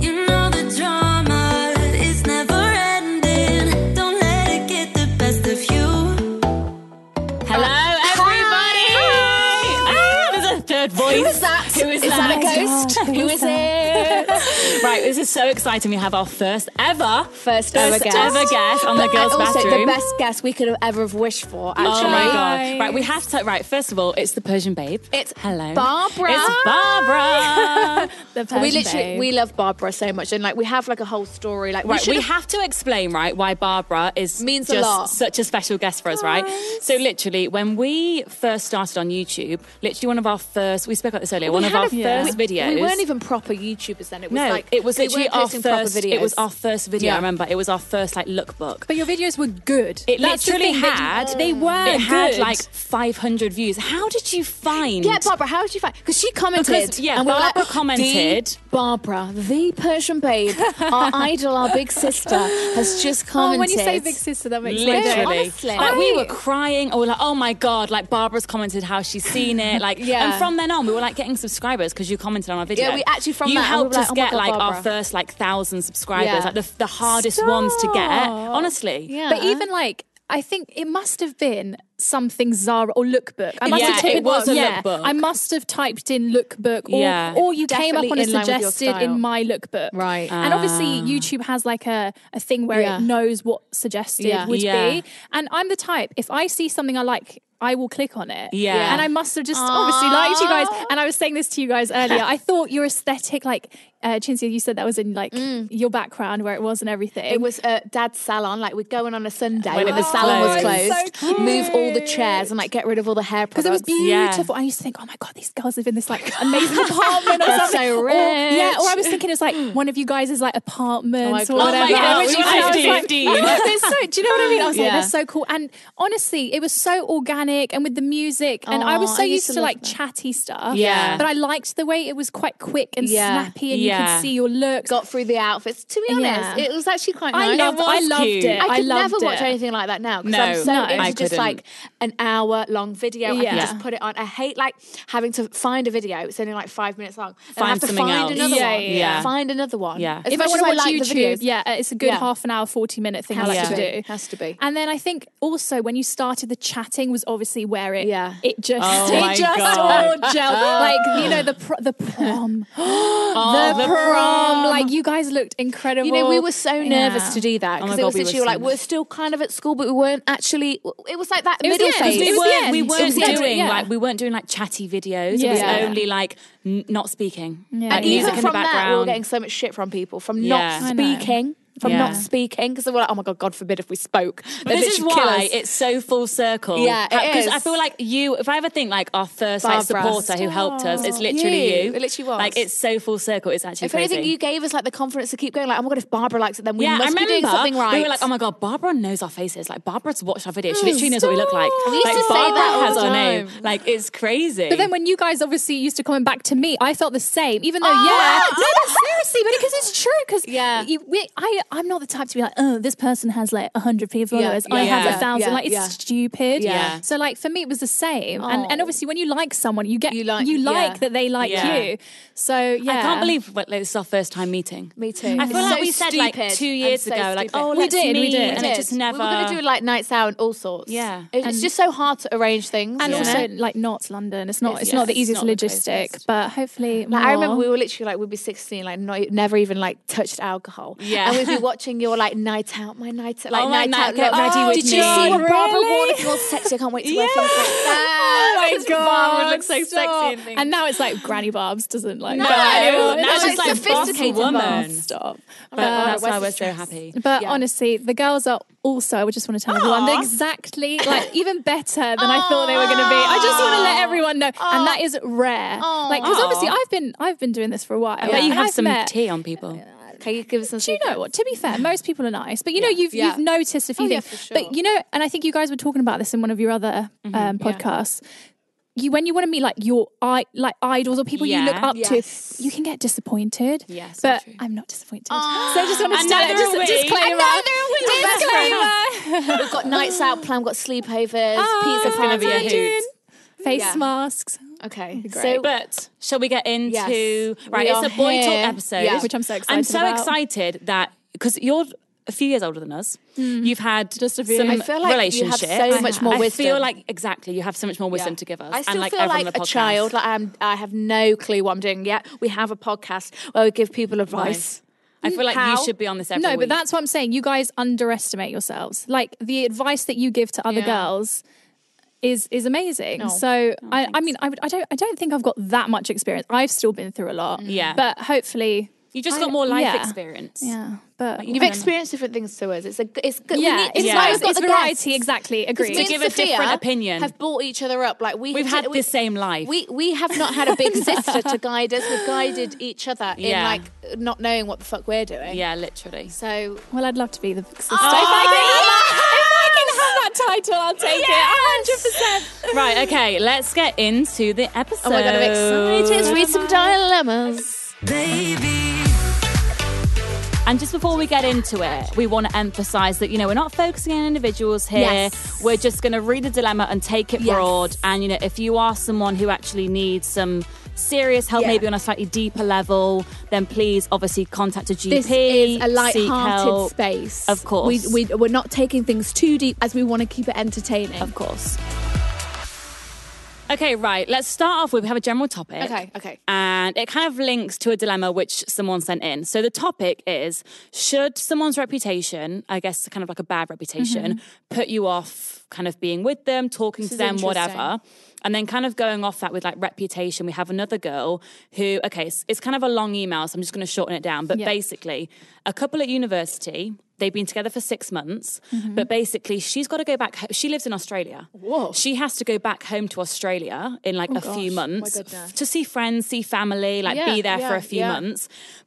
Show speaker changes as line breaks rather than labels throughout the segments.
You know the drama is never ending. Don't let it get the best of you.
Hello, everybody! Ah, there's a third voice. Who is that? Who is, that?
ghost?
Who is it? right, this is so exciting. We have our first ever,
First, ever
first
guest.
ever guest on the
But-
girls'
and also
bathroom.
the best guest we could have ever have wished for. Actually,
Oh my god! Right, we have to. Right, first of all, it's the Persian babe.
It's
hello,
Barbara.
It's Barbara.
we literally we love Barbara so much, and like we have like a whole story. Like
Right,
we,
we have to explain, right, why Barbara is
Means a
just
lot.
such a special guest for us, right? So literally, when we first started on YouTube, literally one of our first, we spoke about this earlier, one of our first videos.
We weren't even proper YouTubers then. It was
No,
like
it was
we
literally
weren't
our
posting proper
first.
videos.
It was our first video. I
Yeah.
remember it was our first like lookbook.
But your videos were good.
It
That's the
literally
thing, they-
had.
They, were.
It had
good.
like 500 views. How did you find?
Yeah, Barbara, how did you find? Because she commented.
Because, yeah,
and we were
Barbara
like,
commented.
"The Barbara, the Persian babe, our idol, our big sister, has just
Oh,
commented.
when you say big sister, that makes my day.
Literally,
honestly.
like we were crying, or like, oh my god, like Barbara's commented how she's seen it, like,
Yeah.
and from then on, we were like getting subscribers because you commented on our video.
Yeah, we actually from
you
that, and we
helped
were like,
us
oh my
get
God,
like our
Barbara.
first like thousand subscribers,
Yeah.
like the, the hardest ones to get. Honestly,
Yeah.
But even like, I think it must have been something Zara or lookbook. I must
Yeah,
have typed
it was a
yeah,
lookbook.
I must have typed in lookbook, or,
Yeah.
or you came
Definitely
up on a
in line with your
suggested
style.
in my lookbook,
Right. Ah.
and obviously YouTube has like a, a thing where
Yeah.
it knows what suggested
Yeah.
would
Yeah.
be. And I'm the type if I see something I like. I will click on it.
Yeah.
And I must have just obviously liked you guys. And I was saying this to you guys earlier. I thought your aesthetic, like, uh, Chinzia, you said that was in like your background where it was and everything.
Mm. It was uh, dad's salon. Like we'd go in on a Sunday
When
when,
it
the
was
salon was
closed.
closed, move all the chairs and like get rid of all the hair
Oh, Because it was
products.
Yeah.
beautiful. I used to think, oh my god, these girls live in this like amazing apartment or
They're
something.
so
Or-
rich. Oh
yeah, or I was thinking it's like one of you guys is like apartments or
God. Oh
whatever.
my God,
Which
we
one? I was
were
like,
15.
oh, they're so, do you know what I mean? I was
Yeah.
like, they're so cool. And honestly, it was so organic and with the music. And I was
Aw,
so
I
used,
used to
to,
love
like
that.
chatty stuff.
Yeah.
But I liked the way it was quite quick and
Yeah.
snappy and you
Yeah.
could see your looks.
Got through the outfits. To be honest,
Yeah.
it was actually quite
I
nice.
loved, I
was
loved
cute.
it.
I
I
could
loved
never watch
it.
anything like that now because
No,
I'm so
no.
into
I
just
couldn't.
like an hour long video. I can
Yeah.
just put it on. I hate like having to find a video. It's only like five minutes long. And I
Find
have to
something
find
else.
another
Yeah,
one.
yeah, yeah.
Find another one.
Yeah.
As
if
much
I want to
as I
watch
like the
YouTube,
videos.
yeah, it's a good
Yeah.
half an hour, forty minute thing
Has
I like
to
to
be.
do.
Has to be.
And then I think also when you started, the chatting was obviously where it
Yeah. Ah.
it just
Oh my
it just
God.
all gelled. like you know the pro- the prom, the,
Oh, the
prom. Like you guys looked incredible.
You know, we were so nervous
Yeah.
to do that
Oh my
because
God,
it was
we were
literally
so
like we're still kind of at school, but we weren't actually. It was like that
was
middle
the end.
phase.
It
we
was the
weren't,
end.
we
It was
weren't
the end.
doing
Yeah.
like we weren't doing like chatty videos. It was
Yeah.
only like n- not speaking,
Yeah.
like
And
music
even
in the
from that, we were
background.
getting so much shit from people from
Yeah.
not
I
know.
speaking. From
Yeah.
not speaking, because they were like, "Oh my god, God forbid if we spoke."
But this is why it's so full circle.
Yeah, it
because I
is.
feel like you. If I ever think like our first like
Barbara.
supporter who helped us, it's literally you.
You. It literally was.
Like it's so full circle. It's actually
If
crazy.
anything, you gave us like the confidence to keep going. Like, oh my god, if Barbara likes it, then we
yeah, I
must be
remember
doing something right. Oh,
we were like, oh my god, Barbara knows our faces. Like Barbara's watched our video. She literally knows what we look like.
We used
like,
to say
Barbara
that all
has
the
our
time.
name. Like it's crazy.
But then when you guys obviously used to comment back to me, I felt the same. Even though,
Oh,
yeah,
yeah.
no, no, seriously, but because it's true. Because
Yeah.
you, we, I, I'm not the type to be like, oh, this person has like hundred people
Yeah,
followers, I
yeah,
have
yeah,
a thousand.
yeah,
like it's
yeah.
stupid.
Yeah.
So like for me, it was the same. And and
Oh.
obviously, when you like someone, you get
You
you
like-
like,
yeah.
that they like
Yeah.
you. So yeah,
I can't believe what, like, this is our first time meeting.
Me too.
I feel
It's
like
so
we said like
stupid
two
and
years
so
ago, like
stupid.
oh,
We
let's
did, we
meet,
did.
and
We
it
did.
just never.
We were going to do like nights out and all sorts.
Yeah.
It- it's just so hard to arrange things.
And
you know?
also, like, not London. It's not. It's,
It's-
not
yes,
the easiest
not the
logistic,
closest.
but hopefully,
Like, I remember
more.
we were literally like we'd be 16, like not e, never even like touched alcohol.
Yeah.
and we'd be watching your like night out, my night out, like
Oh, my
night,
night-
out.
get
look.
ready with
did
me.
you see what Barbara
Really?
wore? Look, Oh, You're all sexy. I can't wait to wear things like that.
Oh my
Because Barbara
God,
looks so
stop.
sexy.
And now it's like Granny Barb's doesn't like.
No,
No, now
it's
she's
like
like boss
sophisticated
woman.
Barbs.
Stop.
But that's
where's
why
the
we're so
stress?
happy.
But
oh, Yeah.
honestly, the girls are also, I would just want to tell everyone they're exactly like even better than I thought they were going to be. I just want to let everyone know, and that is rare. Like because obviously I've been I've been doing this for a while.
I bet you
and
have
I've
some
met-
tea on people.
Can you give us some
do you know what? To be fair, most people are nice, but you know, you've
Yeah.
you've noticed a few
Oh, yeah,
things.
for sure.
But you know, and I think you guys were talking about this in one of your other um, podcasts. You when you want to meet like your I like idols or people you look
Yeah.
up
Yes.
to, you can get disappointed.
Yes,
but
so true.
I'm not disappointed. so I just want to
Another
just,
week.
disclaimer. disclaimer.
We've got nights out planned, we've got sleepovers, pizza
Oh, gonna
party.
be a hoot.
Face
Yeah.
masks,
Okay,
great.
so
But shall we get into
Yes.
right?
We
It's
are
a boy
here.
talk episode,
Yeah. Which I'm so
I'm
excited
so
about.
excited that because you're a few years older than us,
Mm-hmm.
you've had just a
few.
some
I feel like you have
relationships.
so much more
I feel
wisdom.
like exactly you have so much more wisdom to give us.
I still
and like
feel
everyone
like
on the
a
podcast.
child. Like I'm, I have no clue what I'm doing yet. We have a podcast where we give people advice.
I feel like
How?
you should be on this every
No,
week.
but that's what I'm saying. You guys underestimate yourselves. Like the advice that you give to other girls is is amazing. So I, I mean, I, would- I don't I don't think I've got that much experience. I've still been through a lot.
Yeah.
but hopefully,
you just
I-
got more life
yeah.
experience.
yeah. But
Like, you
You've
know-
experienced different things to us. It's a, it's good.
yeah,
it's,
it's,
yeah.
why
yeah.
we've
it's,
got the
variety.
guests.
Exactly,
Because me
agreed.
and
give a
Sophia
different opinion.
Have bought each other up. Like we
We've
have
had
done-
the same life.
We we have not had a big sister to guide us. We've guided each other
Yeah.
in like not knowing what the fuck we're doing.
Yeah, Oh, literally.
So
Well, I'd love to be the
Ah.
big sister. if, I can, if I can have that title, I'll take it. 100. percent
Right, okay, let's get into the episode.
oh my god, I'm excited. Let's read some dilemmas.
Baby,
And just before we get into it, we want to emphasize that, you know, we're not focusing on individuals here.
Yes.
We're just going to read the dilemma and take it
Yes.
broad. And, you know, if you are someone who actually needs some serious help,
Yeah.
maybe on a slightly deeper level, then please obviously contact a GP.
This is a
seek
light-hearted
help.
space.
Of course.
we, we we're not taking things too deep as we want to keep it entertaining.
Of course. Okay, right. Let's start off with we have a general topic.
Okay, okay.
And it kind of links to a dilemma which someone sent in. So the topic is should someone's reputation, I guess kind of like a bad reputation,
Mm-hmm.
put you off kind of being with them, talking to them, whatever. And then kind of going off that with like reputation, we have another girl who, okay, it's, it's kind of a long email, so I'm just going to shorten it down. But
Yeah.
basically, a couple at university, they've been together for six months, but basically, she's got to go back. ho- She lives in Australia. Whoa. She has to go back home to Australia in like a few months f- to see friends, see family, like be there for a few months.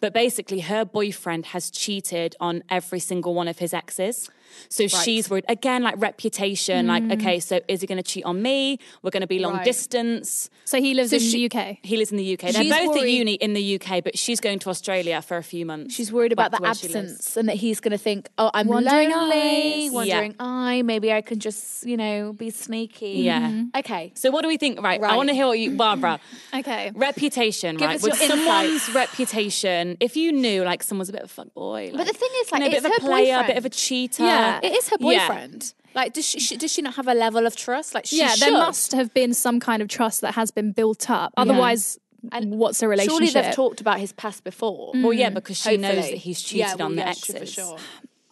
But basically, her boyfriend has cheated on every single one of his exes. So she's worried again, like reputation,
Mm.
like, okay, so is he going to cheat on me? We're going to be long distance.
So he lives in the UK.
He lives in the UK. They're
She's
both at
worried-
uni in the UK, but she's going to Australia for a few months.
She's worried
back
about the
to where she lives.
absence and that he's going to think, oh, I'm
Wandering
lonely,
eyes.
wandering
Yeah.
eye. Maybe I can just, you know, be sneaky.
Yeah.
Mm-hmm. Okay.
So what do we think? Right, I
Right.
want to hear what you, Barbara.
Okay.
Reputation, right?
us
With
your
someone's reputation, if you knew like someone's a bit of a fuck boy,
But the thing is, like,
you know, a
it's
bit of a
her
player, a bit
boyfriend.
of a cheater.
Yeah,
It is her
Yeah.
boyfriend. Like, does she, she does she not have a level of trust? Like, she
yeah,
should.
there must have been some kind of trust that has been built up. Otherwise, what's a relationship?
Surely they've talked about his past before.
Mm. Well, yeah, because she knows that
Mm. Hopefully.
he's cheated
Yeah, well,
on the
yeah, she-
exes.
for sure.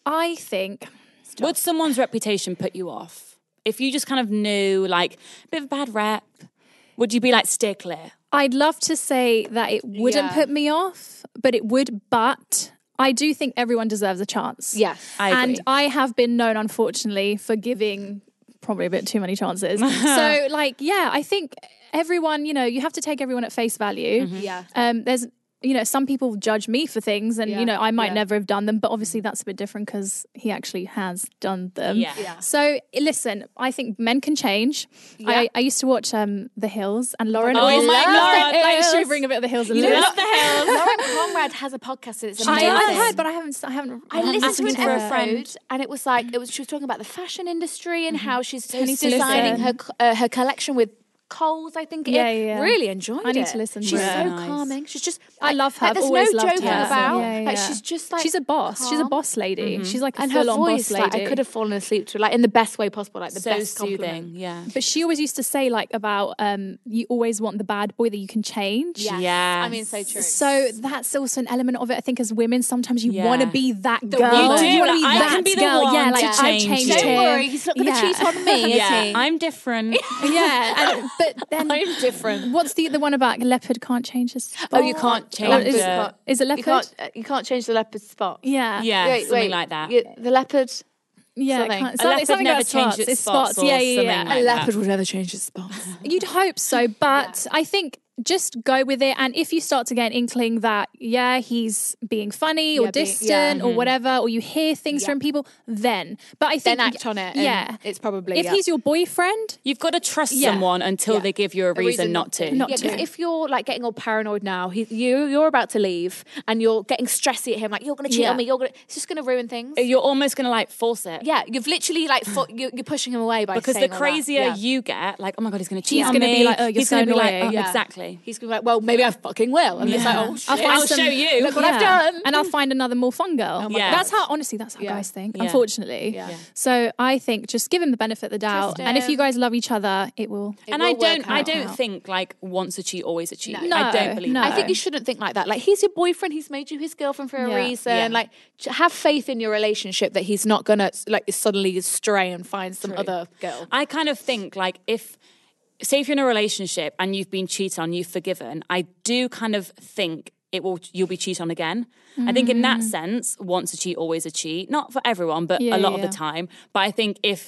I think
Would someone's reputation put you off if you just kind of knew like a bit of a bad rep? Would you be like stay clear?
I'd love to say that it wouldn't
Yeah.
put me off, but it would. But I do think everyone deserves a chance.
Yes.
I agree.
and I have been known, unfortunately, for giving probably a bit too many chances. so, like, yeah, I think everyone, you know, you have to take everyone at face value.
Mm-hmm.
Yeah.
Um, there's, you know, some people judge me for things, and
Yeah,
you know, I might
yeah.
never have done them, but obviously that's a bit different because he actually has done them.
Yeah. Yeah.
So i- listen, I think men can change. I, I used to watch um The Hills, and Lauren
Oh,
always
my
loved
God.
it, like
Hills.
shivering about The Hills. and Lewis.
Love the hills.
Lauren Conrad has a podcast. And it's
I,
amazing.
I've heard, but I haven't. I haven't.
I listened to an
her.
episode, and it was like it was. She was talking about the fashion industry and how she's
need "Mm." Mm-hmm. to
designing
listen.
her co- uh, her collection with Coles. I think. it
Yeah,
is.
yeah, yeah.
Really enjoyed it.
I need to listen to
She's
it.
so
Nice.
calming. She's just.
I love her.
Like,
I've
there's
always
no
loved
joking
her.
about.
Yeah,
Like
yeah.
she's just like
she's a boss. She's a
calm.
boss lady.
Mm-hmm.
She's like a
and her
full-on
voice.
boss
Like,
lady.
I could have fallen asleep to like in the best way possible. Like the
So
best compliment.
soothing. Yeah.
but she always used to say like about um, you always want the bad boy that you can change.
Yes.
Yeah.
I mean, so true.
So that's also an element of it. I think as women, sometimes you
Yeah.
want to be that girl.
woman. You do,
want to
like, I
be that
can be the
girl.
one
yeah,
to
like I've
change
changed
it.
him.
Don't worry, he's not going to
Yeah.
cheat on me, is
yeah.
he?
I'm different.
Yeah, and, but then I'm different. What's the the one about leopard can't change his?
Oh, you can't
change
Leopard.
the-
Is, is it
You
leopard?
can't. uh, You can't change the leopard's spot.
Yeah.
Yeah, something like that.
You- the leopard.
Yeah,
something.
something.
A
Can't, something,
leopard
something
never
about spots.
changes
It's
spots
spots.
or
yeah, yeah, yeah.
something
A
like
leopard would never change its spots.
You'd hope so, but I think just go with it. And if you start to get an inkling that, yeah, he's being funny or
Yeah, hmm. be- yeah.
distant or whatever, or you hear things from people, then. But I think
Then act on it. and
Yeah.
it's probably
if
yeah.
he's your boyfriend,
You've got to trust
Yeah.
someone until
Yeah.
they give you a, reason, not to.
Not
yeah, 'cause
to.
if you're like getting all paranoid now, he, you you're about to leave and you're getting stressy at him, like you're going to cheat
Yeah.
on me, you're going, to it's just going to ruin things.
You're almost going to like force it.
yeah, you've literally like fo- you- you're pushing him away by
Because the
saying all that.
crazier
Yeah.
you get, like, oh my God, he's going to cheat
He's
on
gonna
me.
be like, oh, you're
he's
so
gonna be like,
annoying.
oh,
Yeah.
Exactly.
he's going to be like, well, maybe I fucking will, and it's like, oh shit,
I'll show you.
Look what I've done. Oh
and I'll find another more fun girl.
my Yeah. God.
That's how honestly that's how
Yeah.
guys think,
Yeah.
unfortunately.
Yeah. Yeah.
So I think just give him the benefit of the doubt.
Trust
and if you
him.
guys love each other, it will
and
will
I
work
don't, I
out.
don't think like once a cheat, always a cheat.
No.
I
No,
don't believe
no.
that.
I think you shouldn't think like that. Like he's your boyfriend. He's made you his girlfriend for a
Yeah.
reason.
Yeah.
Like j- have faith in your relationship that he's not gonna like suddenly stray and find some other girl.
I kind of think like if say if you're in a relationship and you've been cheated on, you've forgiven, I do kind of think it will you'll be cheated on again. I think in that sense, once a cheat, always a cheat. Not for everyone, but
Mm. Yeah,
a lot
yeah,
of the
yeah.
time. But I think if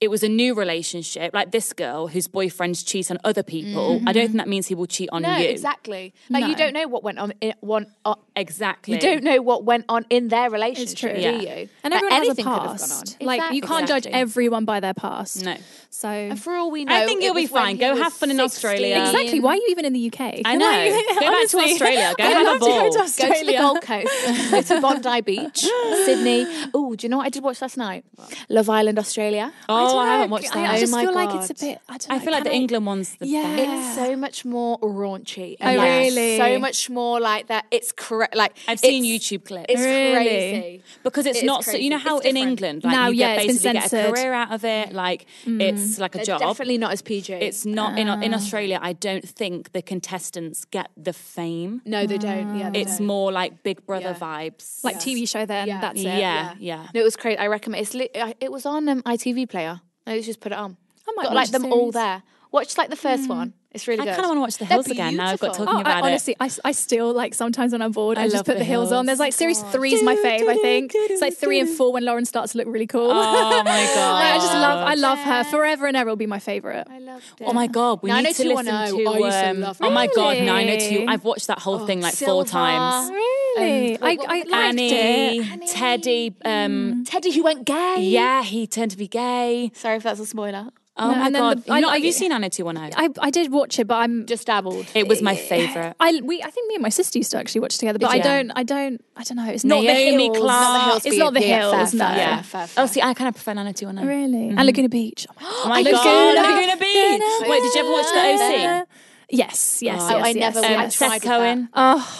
it was a new relationship, like this girl whose boyfriend's cheat on other people,
Mm-hmm.
I don't think that means he will cheat on
No,
you.
exactly. Like you
No.
don't know what went on. In, one, uh,
Exactly.
you don't know what went on in their
It's
relationship, do
true.
Yeah.
you?
And
Like,
everyone
anything
has
could
a
have gone
past.
on.
Like you
Exactly.
can't judge
Exactly.
everyone by their past.
No.
So
And for all we know,
I think
it
you'll be
was when
fine.
he
Go
was
have fun in
16.
Australia.
Exactly. Why are you even in the UK?
I know.
Like,
Go back to
honestly,
Australia. Go
I'd
have a
love to
ball.
go to
Go to
Go to the
Australia.
Gold Coast, go to Bondi Beach, Sydney. Oh, do you know what I did watch last night? Love Island, Australia.
Oh, I,
don't
haven't
know.
watched
I,
that.
I
Oh
just
my
feel like it's a
God.
bit. I, don't
I
know,
feel like the
can I-
England one's the
Yeah.
best.
It's so much more raunchy.
Oh,
like,
really?
So much more like that. It's correct. Like
I've seen
it's-
YouTube clips.
It's
Really?
crazy.
because it's
It is
not so you know
crazy.
how
It's
in
different.
England like
Now,
you get
yeah, it's
basically
been
get a
censored.
career out of it like it's like a
It's
job
definitely not as PG.
it's not in, in Australia I don't think the contestants get the fame
no, they don't. Yeah, they
it's
don't.
more like Big Brother
Yeah.
vibes
like TV show. Then
Yeah.
that's it.
yeah yeah,
No, it was crazy. I recommend it's. Li- I- it was on um, ITV Player. I always just put it on.
I might
Got
watch
like
a
them all
series.
there. Watch like the first one. It's really
Hmm. I
good.
kind of want to watch The
They're
Hills again now I've got
beautiful.
talking
Oh,
about
I, honestly, I, s- I still like sometimes when I'm bored, I,
love
just put
The
the heels on.
Hills.
There's like series three is my fave, I think. It's like three and four when Lauren starts to look really cool.
it oh my god
I just love, I love her forever and ever will be my favorite. Um,
I loved it.
Oh my god, we need to listen
90210.
to.
I used to
um,
love
oh my god,
Really?
902. I've watched that whole thing like four
Silver.
times.
Really, I, I liked
Annie,
it.
Teddy, um,
Teddy who went gay.
yeah, he turned to be gay.
Sorry if that's a spoiler.
Oh
No,
my
and then
god,
the- I
You know- have
like-
you seen 90210?
I, I did watch it, but I'm
Just dabbled.
It was my favorite.
I we I think me and my sister used to actually watch together, but I
you?
don't I don't I don't know. It's
Not the
Naomi
Hills. Not the
Hills,
It's not the
but yeah,
hills.
fair,
no.
fair,
yeah.
fair, fair.
Oh, see, I kind of prefer 90210.
Really, and Laguna Beach. Oh my,
Oh my god, Laguna Beach. Wait, did you ever watch the OC?
Yes, yes.
Oh,
yes,
I
yes,
never
Um,
watched.
yes.
I tried
Seth
with that.
Cohen.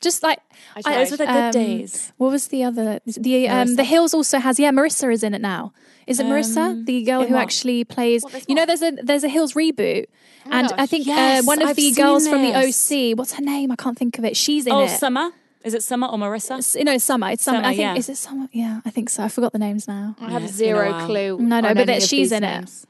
Just like
tried. Um, Those were
the good days.
What was the other? The um, the Hills also has yeah. Marissa is in it now. Is it Marissa,
Um,
the girl who
what?
actually plays? You know, there's a there's a Hills reboot,
Oh
and I think
Yes,
uh, one of
I've
the
seen
girls from the
this.
OC. What's her name? I can't think of it. She's in
Oh,
it.
Summer. Is it Summer or Marissa?
S- no, it's summer. It's summer.
Summer,
I think
yeah.
is it summer? Yeah, I think so. I forgot the names now.
I have
it's been a
zero
while.
clue.
No, no,
on
but
any
that
of
she's
these
in
names.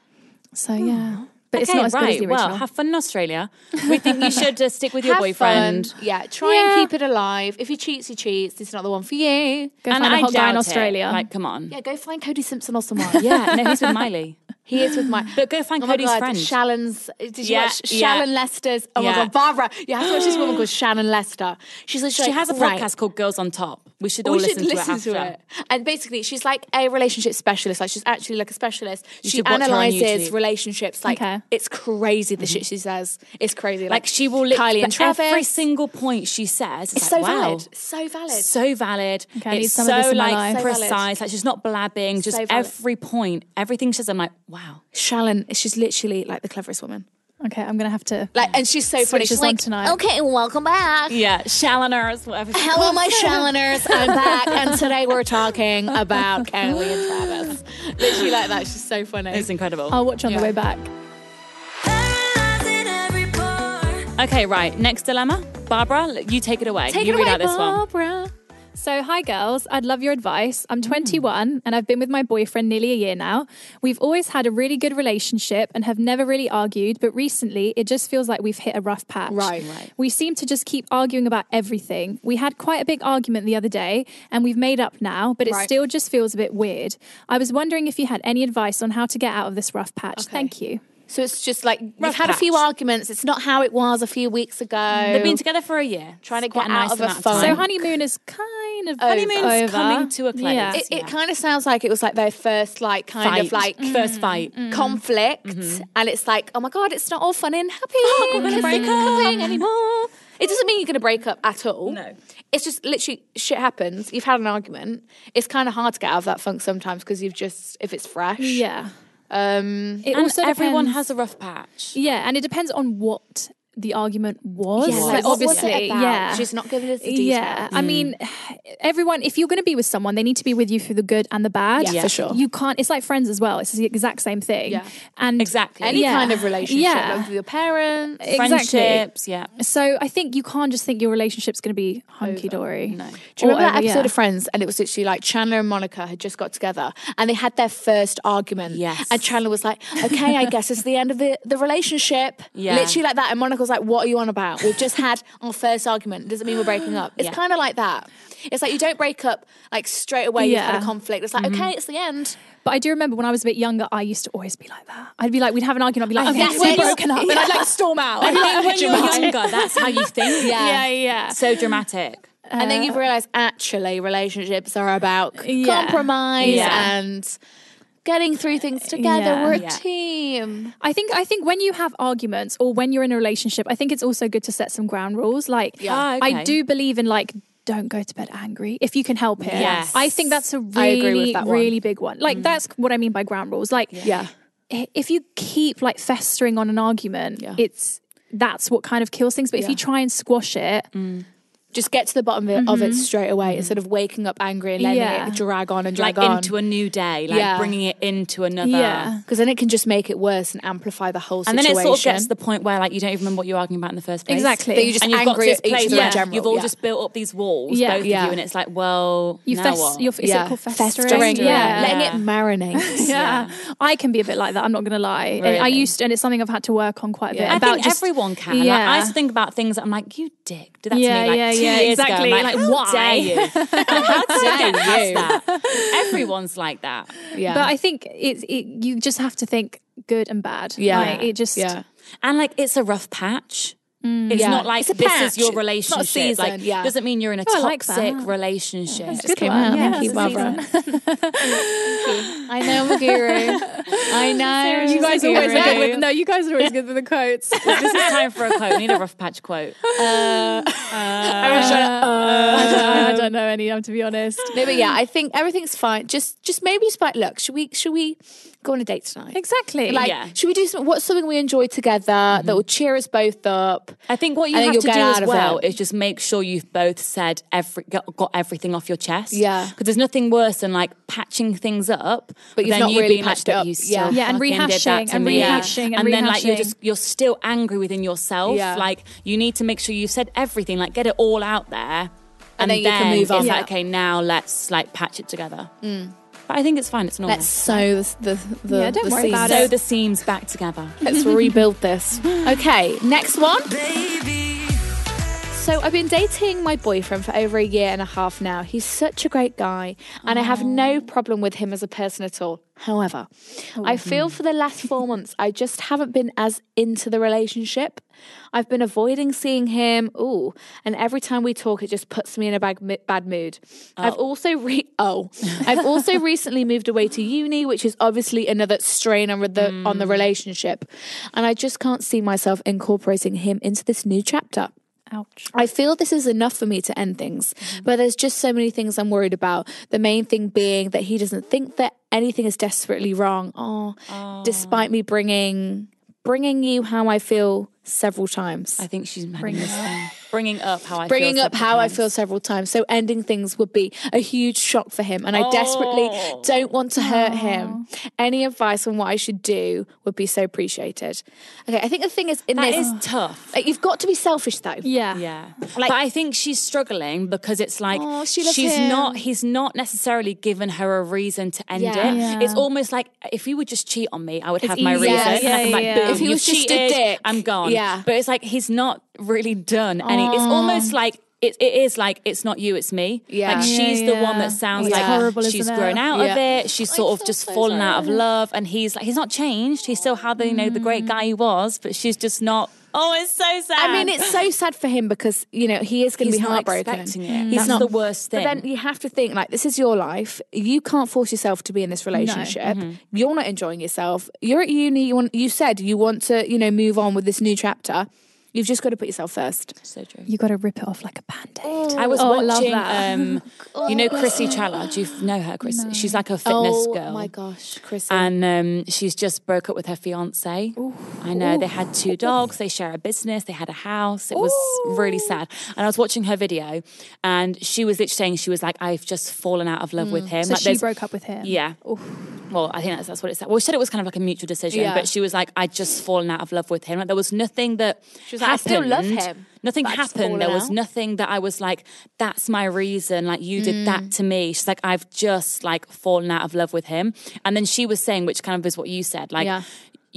it. So
Hmm.
yeah, but it's
Okay,
not as good as
right.
the original.
well, have fun in Australia. We think you should uh, stick with your
Have
boyfriend.
fun. Yeah, try and keep it alive. If he cheats, he cheats. It's not the one for you.
Go
And
find a
I
hot guy
doubt
in
it.
Australia.
Like, come on.
Yeah, go find Cody Simpson or someone.
Yeah, no, he's with Miley.
he is with my.
But go find
oh my
Cody's
God,
friend.
Shallon's. Did you
Yeah,
watch
yeah.
Shallon Lester's? Oh
Yeah.
my God, Barbara! You have to watch this woman called Shannon Lester. She's like,
She has a podcast
right,
called Girls on Top. We should all
we should
listen,
listen
to it after.
And basically, she's like a relationship specialist. Like she's actually like a specialist. she
should watch her on
analyzes
YouTube. Mm-hmm.
relationships. Like
Okay.
it's crazy the shit she says. It's crazy. Like,
Like she will lit-
Kylie and
but every
Travis.
single point she says. It's,
it's so
like, wow.
valid. So valid.
So valid.
Okay, I need
it's
some of
so
this in my
like
life.
So valid.
precise. Like she's not blabbing. Just
So valid.
every point, everything she says. I'm like, wow.
Shallon, she's literally like the cleverest woman.
okay, I'm gonna have to.
Like, and she's so funny.
Switches
She's
on
like,
tonight.
okay, welcome back.
Yeah, Shalloners, whatever. she
Hello,
calls
my
it.
Shalloners. I'm back, and today we're talking about Kylie and Travis. Literally like that. She's so funny.
It's incredible.
I'll watch on the way back.
Paralyzing every pore.
Okay, right. Next dilemma. Barbara, l- you take it away. you read out this one.
Barbara.
So, hi girls, I'd love your advice.
Hmm.
I'm 21 and I've been with my boyfriend nearly a year now. We've always had a really good relationship and have never really argued, but recently it just feels like we've hit a rough patch.
Right. Right.
We seem to just keep arguing about everything. We had quite a big argument the other day and we've made up now, but it
Right.
still just feels a bit weird. I was wondering if you had any advice on how to get out of this rough patch. Thank you.
So it's just like we've
Rough
had a few
patch.
arguments. It's not how it was a few weeks ago.
They've been together for a year, trying
to get out of a phone.
So,
Fine.
honeymoon is kind of
Honeymoon is
over.
coming to a close.
Yeah.
it, it
Yeah.
kind of sounds like it was like their first like kind of
Fight. Mm.
like
First fight.
conflict, and it's like oh my god, it's not all fun and happy. We're gonna break up anymore. It doesn't mean you're gonna break up at all.
No.
it's just literally shit happens. You've had an argument. It's kind of hard to get out of that funk sometimes because you've just if it's fresh.
yeah.
Um.
It
and
also
everyone
depends-
has a rough patch.
Yeah, and it depends on what the argument was.
Yeah, like,
Like,
what was it
obviously,
about?
yeah.
She's not giving us the details.
yeah,
Mm.
I mean, everyone. If you're going to be with someone, they need to be with you through the good and the bad.
Yeah, for sure.
You can't. It's like friends as well. It's the exact same thing.
Yeah.
and
Exactly.
Any
Yeah.
kind of relationship,
Yeah.
like with your parents.
exactly.
Friendships, yeah.
So I think you can't just think your relationship's going to be hunky dory. No.
Do you remember that episode of Friends? And it was literally like Chandler and Monica had just got together and they had their first argument.
Yes.
And Chandler was like, okay, I guess it's the end of the, the relationship.
Yeah.
Literally like that. And Monica was like, what are you on about? We've just had our first argument. It doesn't mean we're breaking up. It's
Yeah.
kind of like that. It's like you don't break up like straight away. You've had
Yeah.
a conflict. It's like, okay, it's the end.
But I do remember when I was a bit younger, I used to always be like that. I'd be like, we'd have an argument, I'd be like, okay,
That's
we're
it.
broken up.
And I'd like storm out.
I think when you're younger, that's how you think.
yeah, yeah.
So dramatic.
and then you realize actually relationships are about c-
Yeah.
compromise
Yeah.
and getting through things together.
Yeah.
We're a
Yeah.
team.
I think I think when you have arguments or when you're in a relationship, I think it's also good to set some ground rules. Like
Ah, okay.
I do believe in like don't go to bed angry if you can help it.
Yes.
I think that's a
I agree with
really
that one.
really big one. Like that's what I mean by ground rules. Like
Yeah.
i- if you keep like festering on an argument,
Yeah.
it's that's what kind of kills things. But if
Yeah.
you try and squash it,
just get to the bottom of it, of it straight away instead of waking up angry and letting
Mm-hmm. Yeah.
it drag on and drag
Like
on.
into a new day, like
Yeah.
bringing it into another.
yeah.
because then it can just make it worse and amplify the whole
And
situation.
then it sort of gets to the point where like you don't even remember what you're arguing about in the first place.
Exactly.
That you're just
and you've
angry
got to
at each
this place
other
where
in general.
you've all
yeah.
just built up these walls,
Yeah.
both of
Yeah.
you, and it's like, well,
You
now
fest,
what?
you're, is
Yeah.
it called festering?
Festering.
Yeah.
letting it marinate.
yeah. I can be a bit like that. I'm not going to lie. And I
Really?
used to, and it's something I've had to work on quite a bit.
I
about
think
just-
everyone can. Like,
yeah.
I used to think about things that I'm like, you dick, did that
Yeah,
to me
yeah,
like two
yeah,
years
exactly.
ago. I'm
Like,
like,
why?
how dare you? Like, how dare you? ask that? Everyone's like that.
yeah.
But I think it, it you just have to think good and bad.
yeah.
Like, it just
yeah.
And like, it's a rough patch. It's
Yeah.
not like
It's a
this
patch.
is your
It's not a
relationship.
season,
like,
yeah.
doesn't mean you're in a
Oh, I like
toxic
that.
relationship.
Good
came
one.
out.
Yeah,
Thank you,
it's a
Barbara.
season.
I know, I'm a guru. I know.
You guys
I'm a
always are good
guru.
with no. You guys are always good with the quotes.
this is time for a quote. We need a rough patch quote.
I, was trying to- I don't know, I don't know any. of them, To be honest,
No, but yeah, I think everything's fine. Just, just maybe just like, look, should we, should we go on a date tonight?
exactly. Mm-hmm.
Like,
Yeah.
should we do something? What's something we enjoy together that will cheer us both up?
I think what you
I
have
think you'll
to
get
do
out
as
of
well
it.
is just make sure you've both said every got, got everything off your chest.
Yeah.
because there's nothing worse than like patching things up,
But you've
then
not
you
really
being like,
patched it
"But
up."
You
Yeah.
still
Yeah, and
fucking did that
rehashing
to
and
me."
rehashing and
then like you're
rehashing.
just you're still angry within yourself.
Yeah.
Like you need to make sure you've said everything. Like get it all out there,
And then you can move on.
It's
Yeah. Mm.
like, okay, now let's like patch it together. But I think it's fine. It's normal.
Let's sew the the, the
Yeah, don't
the
worry
seams.
about
sew
it.
the seams back together.
Let's rebuild this. Okay, next one.
Baby,
So I've been dating my boyfriend for over a year and a half now. He's such a great guy, and I have no problem with him as a person at all. However, I feel for the last four months I just haven't been as into the relationship. I've been avoiding seeing him. Ooh, and every time we talk, it just puts me in a bad, mo- bad mood. I've also re- oh, I've also recently moved away to uni, which is obviously another strain on the on the relationship, and I just can't see myself incorporating him into this new chapter.
Ouch.
I feel this is enough for me to end things, but there's just so many things I'm worried about. The main thing being that he doesn't think that anything is desperately wrong. Oh, despite me bringing bringing you how I feel several times.
I think she's having this thing. bringing up how I
bringing
feel
up how I
sometimes.
feel several times. So ending things would be a huge shock for him, and I desperately don't want to hurt him. Any advice on what I should do would be so appreciated. Okay, I think the thing is in
That
this,
is tough.
like, you've got to be selfish though.
Yeah.
Yeah, but I think she's struggling because it's like
Oh, she loves
she's
him.
not. He's not necessarily given her a reason to end
Yeah.
it.
Yeah.
It's almost like if you would just cheat on me, I would have my
easy.
reason.
Yes.
And I can
Yeah,
like,
yeah,
boom,
yeah.
If he
you've
was just a
cheated,
dick.
I'm gone.
Yeah.
but it's like he's not really done any. It's almost like. It, it is like it's not you, it's me.
Yeah.
like
Yeah,
she's
yeah.
the one that sounds
It's
like
horrible,
she's
isn't it?
grown out of
Yeah.
it. She's sort of just fallen out of love, and he's like he's not changed. He's still how the you know the great guy he was, but she's just not. Oh, it's so sad.
Mm. I mean, it's so sad for him because you know he is going to
He's
be
not
heartbroken.
expecting it. Mm. That's the worst thing.
But then you have to think like this is your life. You can't force yourself to be in this relationship.
Mm-hmm.
You're not enjoying yourself. You're at uni. You want. You said you want to. You know, move on with this new chapter. You've just got to put yourself first.
so true.
You got to rip it off like a band aid.
I was
Oh, I
watching,
love that.
um, you know, Chrissy Challa. Do you know her, Chrissy? She's like a fitness girl.
Oh gosh, Chris.
And um, she's just broke up with her fiance. I know they had two dogs. They share a business. They had a house. It was really sad. And I was watching her video, and she was literally saying she was like, "I've just fallen out of love with him."
So
like,
she
there's-
broke up with him.
Yeah. Well, I think that's, that's what it said. Well, she said it was kind of like a mutual decision,
Yeah.
but she was like, I'd just fallen out of love with him. Like, there was nothing that
was like,
happened.
I still love him,
Nothing
but I've just
happened. There
fallen
was
out.
nothing that I was like, that's my reason. Like, you did that
Mm.
to me. She's like, I've just like fallen out of love with him. And then she was saying, which kind of is what you said, like,
Yeah.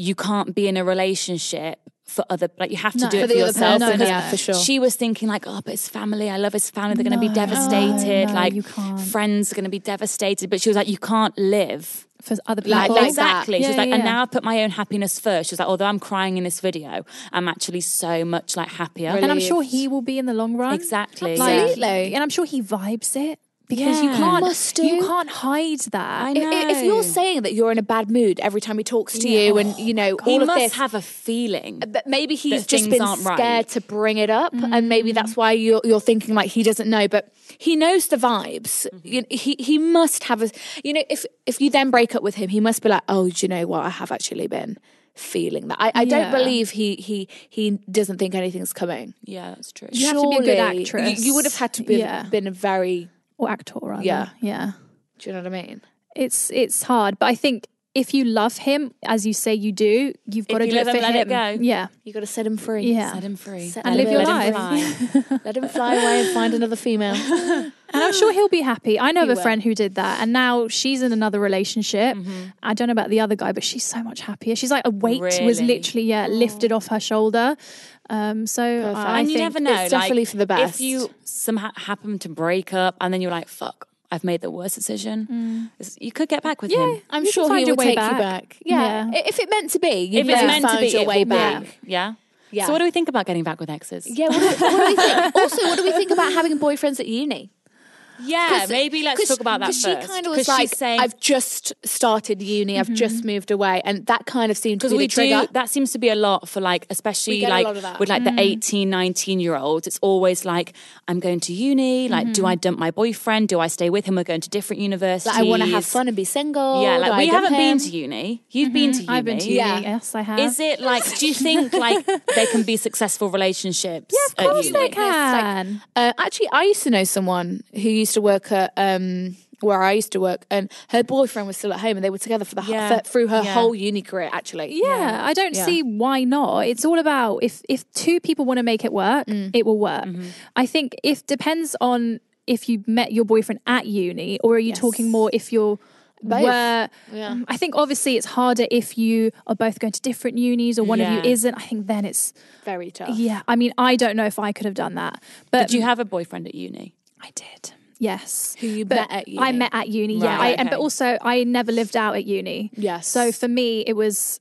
you can't be in a relationship for other, like, you have to
No.
do
For
it for,
the other
yourself.
person,
because
yeah, for
sure.
She was thinking, like, oh, but it's family. I love his family. They're going to be devastated.
Oh, no,
like,
you can't.
friends are going to be devastated. But she was like, you can't live
For other people.
Like- like that.
exactly.
Yeah,
She's like,
yeah,
and
yeah.
now I've put my own happiness first. She's like, although I'm crying in this video, I'm actually so much like happier.
and I'm sure he will be in the long run.
Exactly.
Like-
Absolutely.
And I'm sure he vibes it because you
Yeah.
can't
Must do.
you can't hide that.
I
I
know.
if, if you're saying that you're in a bad mood every time he talks to you, and you know
Oh, he
all of
must
this,
have a feeling.
but maybe he's
that
just
things
been
aren't
scared
right.
to bring it up, and maybe that's
Mm.
why you're you're thinking like he doesn't know, but he knows the vibes.
Mm-hmm.
You- he he must have a you know if if you then break up with him, he must be like, oh, do you know what? I have actually been feeling that. I, I don't
Yeah.
believe he he he doesn't think anything's coming.
Yeah, that's true.
You have to be a
Surely,
good
you-
actress.
You, would have had to be
Yeah.
been a very.
or actor rather.
Yeah.
Yeah.
Do you know what I mean?
It's it's hard, but I think if you love him as you say you do, you've got to
you
do
love
it for
him, let it
him.
go.
Yeah.
You got to set him free.
Yeah.
Set him free.
Set
And
him
live your
free.
life.
Let him fly away and find another female.
And I'm sure he'll be happy. I know of a
will.
friend who did that, and now she's in another relationship.
Mm-hmm.
I don't know about the other guy, but she's so much happier. She's like a weight was
Really? Oh.
literally yeah lifted off her shoulder. Um, so I, I
and you
think
never know.
it's definitely
like,
for the best.
If you somehow happen to break up and then you're like, fuck, I've made the worst
Mm.
decision, It's- you could get back with him.
I'm
You can
sure
find
he
your
will
way
take
back.
you back. Yeah. I- if it meant to be, you
If it's
will
meant to
find
be,
your
it
way
will
back.
be. Yeah?
Yeah.
So what do we think about getting back with exes?
Yeah. What do, what do we think? Also, what do we think about having boyfriends at uni?
Yeah, maybe let's
'Cause-
talk about that
'cause
first.
she kind of
'Cause
was like,
she's saying,
"I've just started uni. I've just moved away," and that kind of seemed to
because
be
we
the trigger.
do that seems to be a lot for like especially
get a
like
lot of that.
with like the 18 19 year olds it's always like i'm going to uni like do i dump my boyfriend do i stay with him we're going to different universities
Mm-hmm. Like, I want to have fun and be single.
yeah like
Do I
we
dump
haven't been
him? Mm-hmm.
to uni you've been to uni
I've been to
Yeah.
uni. Yes, I have.
is it like do you think like there can be successful relationships yeah,
Of course
at
they
uni?
can.
Uh, actually, I used to know someone who used to work at um, where I used to work, and her boyfriend was still at home, and they were together for the wh-
Yeah.
for, through her
Yeah.
whole uni career. Actually,
Yeah, I don't
Yeah.
see why not. It's all about if if two people want to make it work, it will work. I think if depends on if you met your boyfriend at uni or are you talking more if you're were um,
Yeah.
I think obviously it's harder if you are both going to different unis or one of
Yeah.
you isn't. I think then it's
very tough.
yeah. I mean, I don't know if I could have done that, but
did you have a boyfriend at uni
I did. Yes.
Who you
But
met at
I
uni.
met at uni, yeah. I,
Right,
and, but
okay.
also, I never lived out at uni.
Yes.
So for me, it was,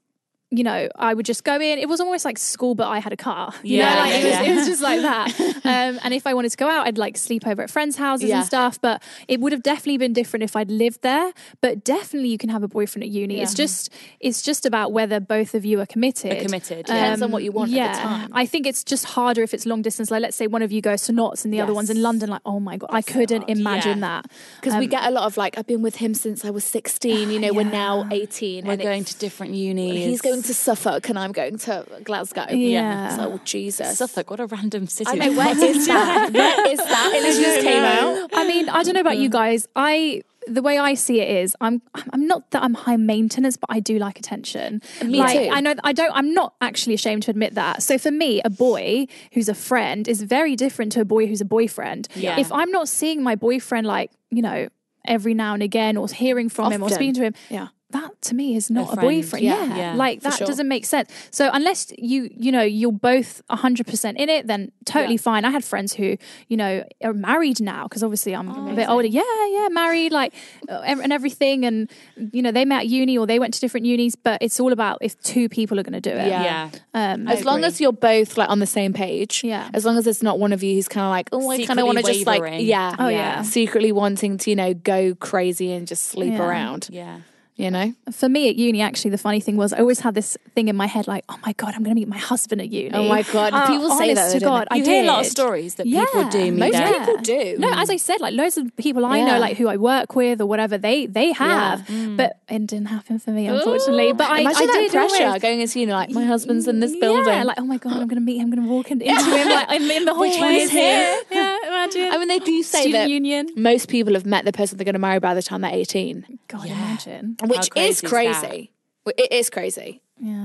you know, I would just go in. It was almost like school, but I had a car. You know,
Yeah,
like,
yeah,
it, was,
yeah.
it was just like that. Um, and if I wanted to go out, I'd like sleep over at friends' houses
Yeah.
and stuff. But it would have definitely been different if I'd lived there. But definitely, you can have a boyfriend at uni. It's just, it's just about whether both of you are committed.
committed yeah.
Depends on what you want
yeah,
at the time.
I think it's just harder if it's long distance. Like, let's say one of you goes to Knots and the other one's in
Yes.
London. Like, oh my god, I couldn't imagine
Yeah.
that.
Because
Um,
we get a lot of like, I've been with him since I was 16, you know, we're now 18.
we're
and it-
going to different unis
he's going going to Suffolk and I'm going to Glasgow.
Yeah.
It's like, oh, Jesus.
Suffolk, what a random city.
I know, where is that? Where is that? It just came out.
I mean, I don't know about you guys. I the way I see it is, I'm I'm not that I'm high maintenance, but I do like attention. Me
too.
I know I don't. I'm not actually ashamed to admit that. So for me, a boy who's a friend is very different to a boy who's a boyfriend.
Yeah.
If I'm not seeing my boyfriend, like you know, every now and again, or hearing from him, or
Often.
speaking to him,
Yeah.
that to me is not a,
friend.
boyfriend.
Yeah.
Yeah.
Yeah.
Like
For
that
sure.
doesn't make sense. So unless you, you know, you're both 100% in it, then totally fine. I had friends who, you know, are married now because obviously I'm a bit older. Yeah, yeah, married like uh, ev- and everything and you know, they met at uni or they went to different unis, but it's all about if two people are going to do it.
Yeah.
yeah.
Um,
As long as you're both like on the same page,
Yeah.
As long as it's not one of you who's kind of like, oh, I kind
Secretly
of want to just like,
wavering.
yeah,
Oh, yeah.
secretly wanting to, you know, go crazy and just sleep
Yeah.
around,
Yeah.
you know.
for me at uni, actually, the funny thing was I always had this thing in my head like, oh my God, I'm going to meet my husband at uni. Uh,
Oh my God. People say that,
honest
though,
to
don't
God,
You
I
hear a lot of
did.
stories that people do meet
Most
up.
people do.
No, as I said, like loads of people I
Yeah. Mm.
know, like who I work with or whatever, they they have. But it didn't happen for me, unfortunately. But I,
Imagine
I
that
did
pressure
always-
going into you know, like my husband's in this building.
Yeah, like oh my god, I'm gonna meet him. I'm gonna walk in, into him like in, in the hallway.
is here.
Yeah, imagine.
I mean, they do say
Student
that
union.
most people have met the person they're going to marry by the time they're 18,
God, imagine.
which
crazy
is
is that?
crazy. It is crazy.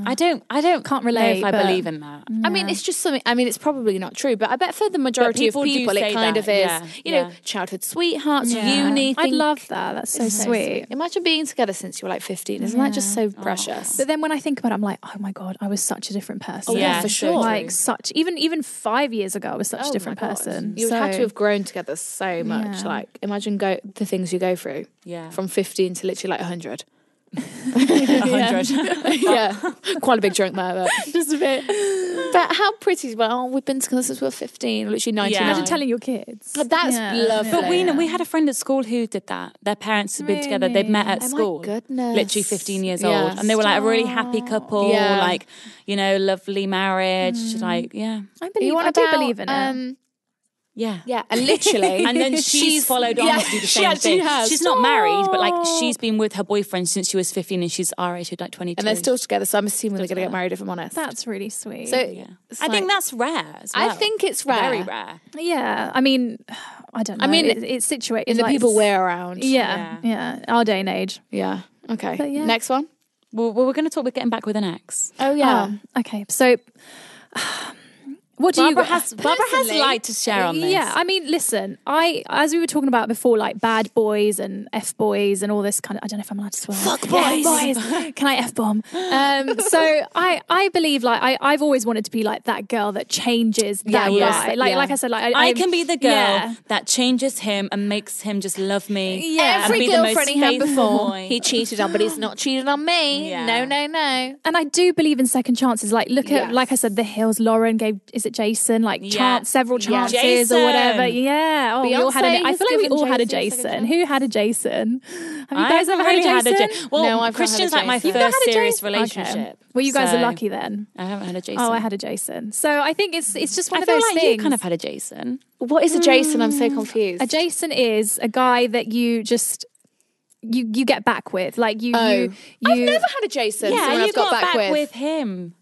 I don't. I don't.
Can't
Know
relate,
if I
but-
believe in that.
I mean, it's just something. I mean, it's probably not true, but I bet for the majority
people
of
do
people,
say
it kind
that,
of is.
yeah,
You know,
yeah.
childhood sweethearts,
Yeah.
uni.
I'd
think-
love that. That's so,
So
sweet.
Imagine being together since you were like 15. Isn't that just so precious?
But then when I think about it, I'm like, oh my god, I was such a different person.
Oh, yeah,
Yeah,
for
so
sure.
Like such, even even five years ago, I was such
Oh
a
my
different
God.
person.
You
so,
had to have grown together so much.
Yeah.
Like, imagine go the things you go through
Yeah.
from 15 to literally like 100.
hundred.
yeah, quite a big drink there, but just a bit. But how pretty? Well, we've been together since we were 15, literally 19.
Yeah.
Imagine telling your kids.
But that's lovely.
But we know, we had a friend at school who did that. Their parents had been together. They'd met at
Oh my
school.
goodness.
Literally 15 years
Yeah.
old. And they were like a really happy couple,
Yeah.
like, you know, lovely marriage. Like, Mm. yeah.
I believe. I do believe in it.
um,
Yeah.
Yeah, and literally,
And then she's, followed on
yeah,
to do the
she
same
actually
thing.
has.
She's not married, but like she's been with her boyfriend since she was 15 and she's our age, who'd like 22.
and they're still together. So I'm assuming they're going to get married. If I'm honest,
That's really sweet.
so.
Yeah.
it's
I think
like-
that's rare. as
I
well.
think it's rare.
Very rare.
yeah, I mean, I don't know.
I
I
mean,
mean, it, it's situated
in the
like-
people we're around.
Yeah, yeah, our day and age.
yeah. Okay.
But yeah.
Next one.
Well, well, we're going to talk about getting back with an ex.
Oh yeah.
Oh, okay. So, what do
Barbara
you?
has Barbara has
Personally-
light to share on this.
Yeah, I mean, listen, I as we were talking about before, like bad boys and f boys and all this kind of. I don't know if I'm allowed to swear. Fuck boys, boys. Can I f bomb? Um, so I, I believe like I, I've always wanted to be like that girl that changes that
Yeah, yeah.
guy. Like,
Yeah.
like I said, like I,
I
I'm-
can be the girl
Yeah.
that changes him and makes him just love me. and
Yeah.
Every
be the most
girlfriend he had
faithful
before,
boy.
he cheated on, but he's not cheated on me.
Yeah.
No, no, no.
and I do believe in second chances. Like, look
Yes.
at, like I said, the hills. Lauren gave, is it Jason? Like,
Yeah.
chance, several
Yeah.
chances or whatever.
Jason.
Yeah. Oh, we all had.
Beyonce
An, I
has
feel like we
given
all had a
Jason a second
Jason.
chance.
Who had a Jason? Have you
I
guys ever
haven't
had a
really
Jason?
had a Jason. Well,
No, I've not
Christian's
had a
like my
Jason. You've
Never had
first
a
serious
Jason?
relationship.
Okay. Well, you guys
so
are lucky then.
I haven't had a Jason.
Oh, I had a Jason. So I think it's it's just one
I
of
feel
those
like
things.
you kind of had a Jason.
What is a Jason? I'm so
Mm.
confused.
a Jason is a guy that you just you you get back with. Like you
Oh.
you you.
I've never had a Jason. someone
you
else got, back, with.
him.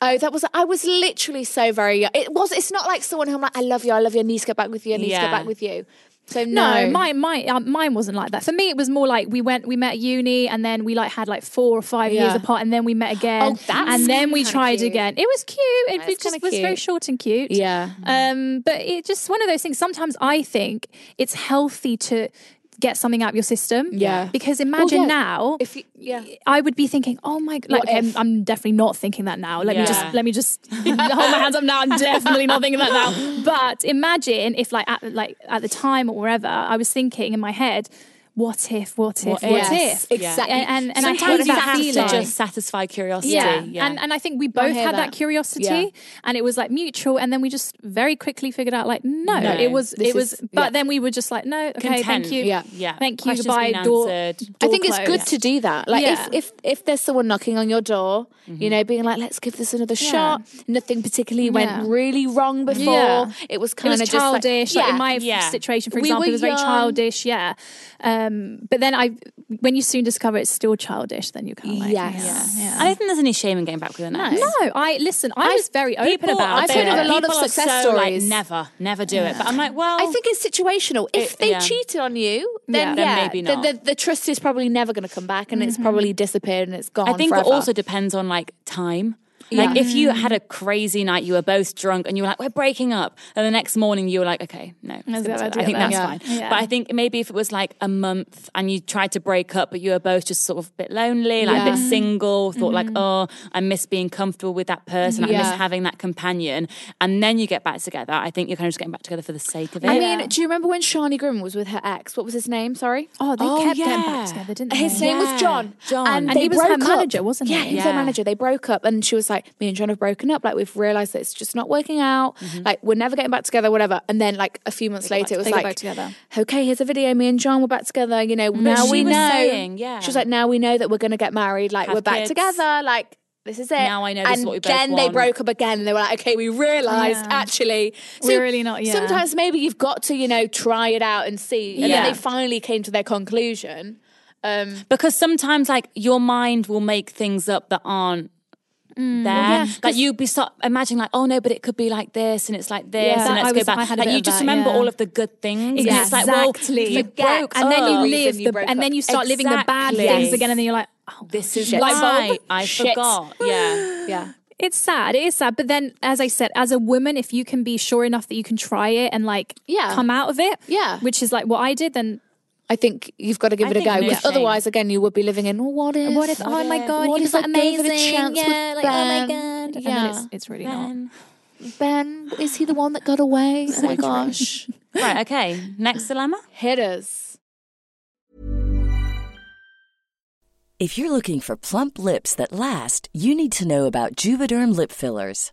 Oh, that was I was literally so very young. It was. It's not like someone who I'm like, I love you, I love you, I need to get back with you, I need to
Yeah.
get back with you. So no,
No, my my um, mine wasn't like that. For me, it was more like we went, we met at uni, and then we like had like four or five
Yeah.
years apart, and then we met again,
Oh, that's
and then we
kinda
tried
cute.
again. It was cute. It
That's
was just
kinda
was very
cute.
short and cute.
Yeah.
Um, but it just one of those things. Sometimes I think it's healthy to get something out of your system.
Yeah.
Because imagine
yeah.
now
If you, yeah,
I would be thinking, oh my, like
What
okay, I'm,
if?
I'm definitely not thinking that now. Let me
Yeah.
just let me just hold my hands up now. I'm definitely not thinking that now. But imagine if, like, at like at the time or wherever, I was thinking in my head, what if, what if, what,
yes,
if?
exactly.
And- and- and I
Sometimes
hate
you
that
have to
feeling.
To just satisfy curiosity.
Yeah.
Yeah.
and and I think we both
hear
had that,
that.
curiosity,
Yeah.
and it was like mutual, and then we just very quickly figured out like no,
No,
it was
this
it was,
is-
but
yeah.
then we were just like no, okay,
Content.
thank you,
Yeah.
Yeah.
thank you,
Questions
goodbye,
been
door,
answered.
I
door
think it's
closed.
good to do that. Like
Yeah.
if, if if there's someone knocking on your door, you know, being like, let's give this another shot. Nothing particularly
Yeah.
went really wrong before.
Yeah.
It was kind
it was
of just like-
childish. Like, in my
yeah.
situation, for
We
example,
were
it was very
young.
childish. Yeah. Um, but then I, when you soon discover it's still childish, then you kind of like,
Yes.
yeah, yeah.
I don't think there's any shame in going back with an ex.
no, I listen. I, was very open
People
about
are-
it.
I've heard of a lot of
people are
success
so, like,
stories.
never, never do it. But I'm like, well,
I think it's situational. If
It-
they
yeah.
cheated on you, then Mm-hmm. yeah,
Yeah. Then
maybe
the-
not.
The, the, trust is probably never going to come back, and it's probably disappeared and it's gone.
I think
forever.
it also depends on like time. Like if you had a crazy night, you were both drunk, and you were like, "We're breaking up," and the next morning you were like, "Okay, no, it's gonna be
that
together."
idea
I think
then.
that's
Yeah.
fine."
Yeah.
But I think maybe if it was like a month and you tried to break up, but you were both just sort of a bit lonely, like a bit single, thought like, "Oh, I miss being comfortable with that person. I miss
Yeah.
having that companion," and then you get back together. I think you're kind of just getting back together for the sake of it.
I mean, do you remember when Shani Grimm was with her ex? What was his name? Sorry.
Oh, they
Oh,
kept them
yeah.
back together, didn't they?
His name was
Yeah.
John.
John.
And,
And
they
he was her
broke up.
manager, wasn't
yeah,
he?
he was her
Yeah.
manager. They broke up and she was like, Me and John have broken up. Like, we've realized that it's just not working out.
Mm-hmm.
Like, we're never getting back together, whatever. And then, like, a few months later, it was
they got
like,
back together.
Okay, here's a video. Me and John, we're back together. You know, now
she
we
was
know.
saying, yeah.
She was like, Now we know that we're going to get married. Like,
Have
we're back
kids.
together. Like, this is it.
Now I know this is
and
what we both
Then they
want.
broke up again. And they were like, Okay, we realized
Yeah.
actually.
We're really not- yeah.
Sometimes maybe you've got to, you know, try it out and see. And
Yeah.
then they finally came to their conclusion. Um,
because sometimes like your mind will make things up that aren't
Mm,
there like you'd be so imagining like oh no but it could be like this and it's like this
Yeah.
and
That-
let's
I
go
was- I
back
had a
like
bit
you
of
just
that,
remember
yeah.
all of the good things and it's like well
Exactly.
you
Forget
broke
and then you
up.
live
reason you
the,
broke
and then you
up.
start living the bad
Exactly.
things again, and then you're like, oh,
this is
Shit. Light
why
bulb.
I
Shit.
forgot yeah
yeah.
it's sad. It is sad. But then, as I said, as a woman, if you can be sure enough that you can try it and like
Yeah.
come out of it,
Yeah.
which is like what I did, then
I think you've got to give
I
it a
think
go
no
because
shame.
otherwise, again, you would be living in, oh, what if?
what if? oh my god,
What
he
if
was like,
I gave
amazing.
it a chance with
yeah, like oh
Ben?
my god. Yeah, and then it's,
Yeah.
it's really not.
Ben, is he the one that got away? Oh my gosh.
right okay next dilemma
Hit us.
If you're looking for plump lips that last, you need to know about Juvederm lip fillers.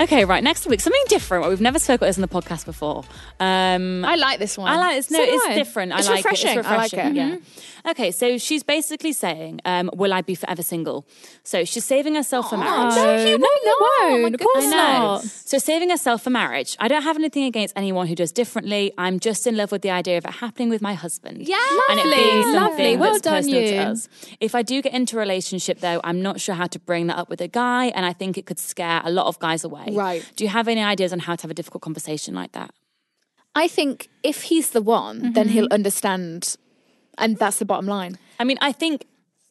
okay right next week something different we've never spoken about this in the podcast before um
I like this one.
I like this. No,
So do
it's
I.
different. I
It's
like
refreshing.
it. It's
I like
refreshing.
it. Mm-hmm.
Yeah. Okay, so she's basically saying, um, "Will I be forever single?" So she's saving herself for marriage.
no, oh you won't. Of course
I know.
not.
So saving herself for marriage. I don't have anything against anyone who does differently. I'm just in love with the idea of it happening with my husband.
Yeah.
and it being
Lovely,
something
lovely. Well
that's
done,
personal to
you.
us. If I do get into a relationship, though, I'm not sure how to bring that up with a guy, and I think it could scare a lot of guys away.
Right.
Do you have any ideas on how to have a difficult conversation like that?
I think if he's the one, then he'll understand. And that's the bottom line.
I mean, I think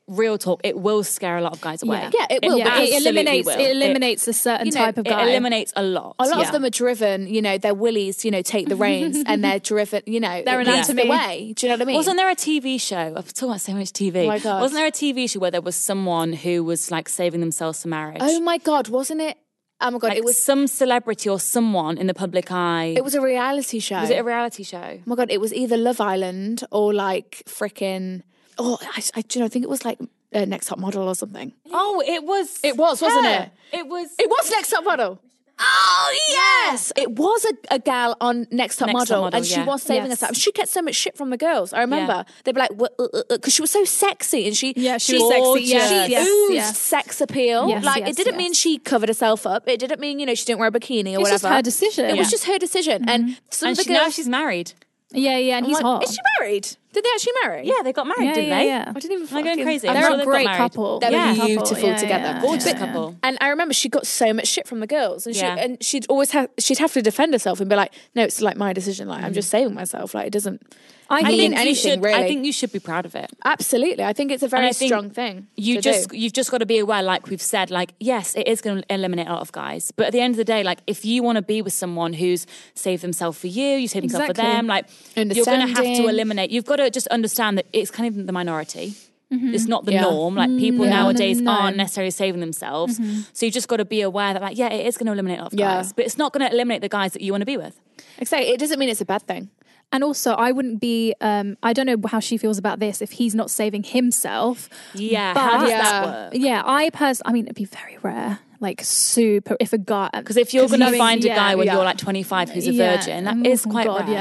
real talk, it will scare a lot of guys away.
Yeah.
Yeah, it will,
Yeah,
but
it
absolutely
eliminates
will.
it eliminates a certain
you know,
type of
It
guy.
eliminates a lot.
A lot
Yeah.
of them are driven, you know, they're willies, you know, take the reins and they're driven, you know,
They're
it leads the
anatomy.
way. Do you know what I mean?
Wasn't there a TV show? I've talked about so much TV.
Oh my God.
Wasn't there a TV show where there was someone who was like saving themselves for marriage?
oh my God, wasn't it? Oh my God,
Like,
it was
some celebrity or someone in the public eye.
it was a reality show.
Was it a reality show?
Oh my god, it was either Love Island or like freaking. Oh, I, I do you know, I think it was like uh, Next Top Model or something.
Oh, it was.
It was, wasn't
her.
it?
It was.
It was Next Top Model. Oh yes, it was a, a gal on Next Top
Next Top
Model,
Model,
and she
yeah.
was saving
Yes.
us up. She gets so much shit from the girls. I remember they'd be like, uh, because she was so sexy, and she
Yeah, she was sexy,
gorgeous.
yes,
she
yes,
oozed
yes.
sex appeal.
Yes,
like
yes,
it didn't
yes.
mean she covered herself up. It didn't mean you know she didn't wear a bikini or
It's
whatever.
just her decision.
It was
Yeah. Mm-hmm.
just her decision, and some
And
of the
she, now
girls.
she's married.
Yeah, yeah, and
I'm
he's
like,
hot.
Is she married? Did they actually marry?
Yeah, they got married,
Yeah,
didn't
yeah,
they?
yeah.
I didn't even.
Am I going
fucking-
crazy?
I
I'm sure
remember
They're
they
a
got
great
married.
couple.
They're
Yeah.
beautiful
Yeah,
together.
yeah,
Gorgeous
yeah.
couple. And I remember she got so much shit from the girls, and
Yeah.
she and she'd always have she'd have to defend herself and be like, "No, it's like my decision. Like I'm just saving myself. Like it doesn't
I
mean
think you
anything
should,
really."
I think you should be proud of it.
Absolutely, I think it's a
And
very
I think
strong thing.
You
to
just
do.
you've just got to be aware, like we've said, like yes, it is going to eliminate a lot of guys, but at the end of the day, like if you want to be with someone who's saved themselves for you, you saved themselves
Exactly.
for them, like you're going to have to
Understanding.
eliminate. You've got to just understand that it's kind of the minority. It's not the
Yeah.
norm. Like people
no,
nowadays
no.
aren't necessarily saving themselves, so you just got to be aware that, like, yeah, it is going to eliminate a lot of
Yeah.
guys, but it's not going to eliminate the guys that you want to be with.
exactly. It doesn't mean it's a bad thing.
And also, I wouldn't be. Um, I don't know how she feels about this if he's not saving himself.
Yeah, how does that
Yeah.
work?
Yeah, I pers. I mean, it'd be very rare. Like super. If a guy,
Because if you're going to
knowing-
find a
yeah,
guy when
yeah.
you're like 25 who's a
Yeah.
virgin, that
Oh
is
my
quite
God,
rare.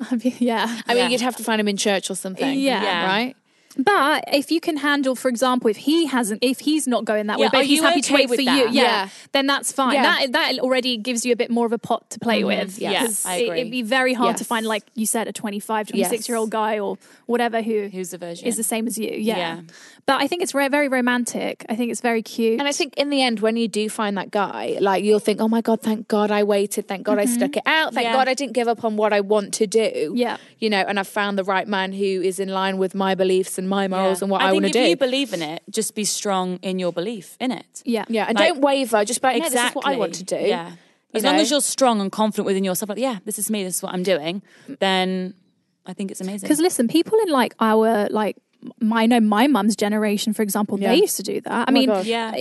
Yeah, I'd be- yeah.
I mean, you'd have to find him in church or something.
Yeah. Yeah.
right.
But if you can handle, for example, if he hasn't, if he's not going that
Yeah,
way,
are
but he's
you
happy
okay
to wait
with
for
that?
you, yeah,
Yeah.
then that's fine.
Yeah.
That that already gives you a bit more of a pot to play with.
Mm-hmm. yeah,
'Cause
I
It,
agree.
would be very hard to
Yes.
find, like you said, a 25, 26
Yes.
year old guy or whatever who
Who's a virgin.
is the same as you. Yeah.
Yeah.
But I think it's re- very romantic. I think it's very cute.
And I think in the end, when you do find that guy, like you'll think, oh my God, thank God I waited. Thank God I stuck it out. Thank
Mm-hmm. Yeah.
God I didn't give up on what I want to do.
Yeah.
You know, and I found the right man who is in line with my beliefs and my morals and what I,
think
want to
if
do.
you believe in it, just be strong in your belief in it.
yeah.
yeah. And
Like,
don't waver. Just be like, no, this is what I want to do.
Exactly. Yeah.
You
As long
know?
as you're strong and confident within yourself, like, yeah, this is me, this is what I'm doing, then I think it's amazing.
Because listen, people in like our like my, I know my mum's generation, for example, they used to do that. I mean,
God.
Yeah.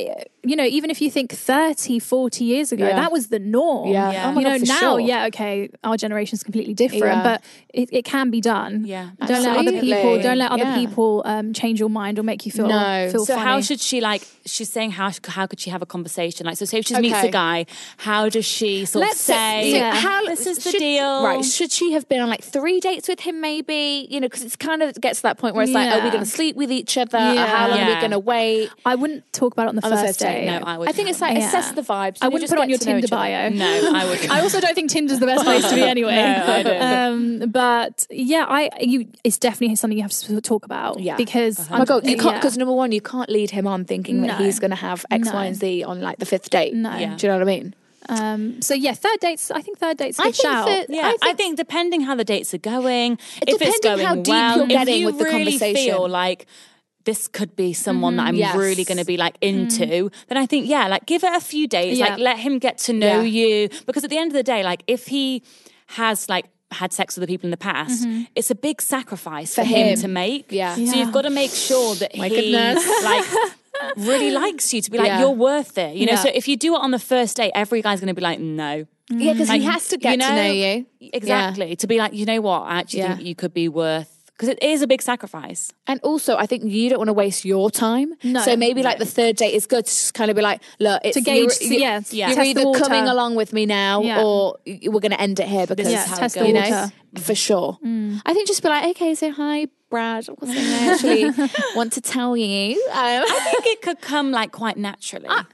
you know, even if you think 30, 40 years ago,
Yeah.
that was the norm.
Yeah. Yeah. Oh my
you know,
God, for
now,
sure.
yeah, okay, our generation's completely different,
Yeah.
but it, it can be done.
Yeah.
Don't let other
Absolutely.
people, don't let other
Yeah.
people um, change your mind or make you feel,
No.
feel
So
so how
funny.
should she like? She's saying how sh- how could she have a conversation? Like, so say if she meets
Okay.
a guy, how does she sort of say?
yeah.
how,
this is the
should-
deal.
Right. Should she have been on like three dates with him, maybe? You know, because it's kind of gets to that point where it's like, are we
Yeah.
going to sleep with each other? Or
Yeah.
how long are
Yeah.
we going to wait?
I wouldn't talk about it on the,
On the
first,
first date,
No, I would.
I think it's like assess the vibes. and
I
you
wouldn't
just
put it on
get
your
to know
Tinder
each other.
bio.
no, I would.
I also don't think Tinder's the best place to be anyway. um, but yeah, I you it's definitely something you have to talk about.
Yeah.
because
Oh my god, you can't
yeah.
because number one, you can't lead him on thinking that
No.
he's going to have X, Y, and Z on like the fifth date.
No.
Yeah.
do you know what I mean?
Um, so yeah, third dates. I think third dates. a Good
I think
shout.
that-
Yeah, I think, depending how the dates are going, if it's
depending
going
how deep
well,
you're
if
getting
you
with the
really
conversation. Mm-hmm.
feel like this could be someone that I'm
Yes. Mm.
really going to be like into, then I think yeah, like give it a few days,
Yeah.
like let him get to know
Yeah.
you, because at the end of the day, like if he has like had sex with other people in the past, it's a big sacrifice for, him.
Mm-hmm. him.
to make.
Yeah.
so you've got to make sure that
My
he
goodness.
like really likes you to be like
Yeah.
you're worth it. You know,
Yeah.
so if you do it on the first date, every guy's going to be like no.
Yeah, because
Like,
he has to get to know you.
Exactly. To be like, you know what? I actually
Yeah.
think you could be worth, because it is a big sacrifice.
And also, I think you don't want to waste your time. No, so maybe like the third date is good to just kind of be like, look, it's
To gauge,
you're, you-
yeah,
yeah.
you're
test the
either
water.
coming along with me now,
Yeah.
or y- we're going to end it here because
is
Yeah,
how it
test the
goes.
you know,
water. Mm.
for sure. I think just be like, okay, so hi, Brad. What's the name I actually want to tell you. Um,
I think it could come like quite naturally.
Ah,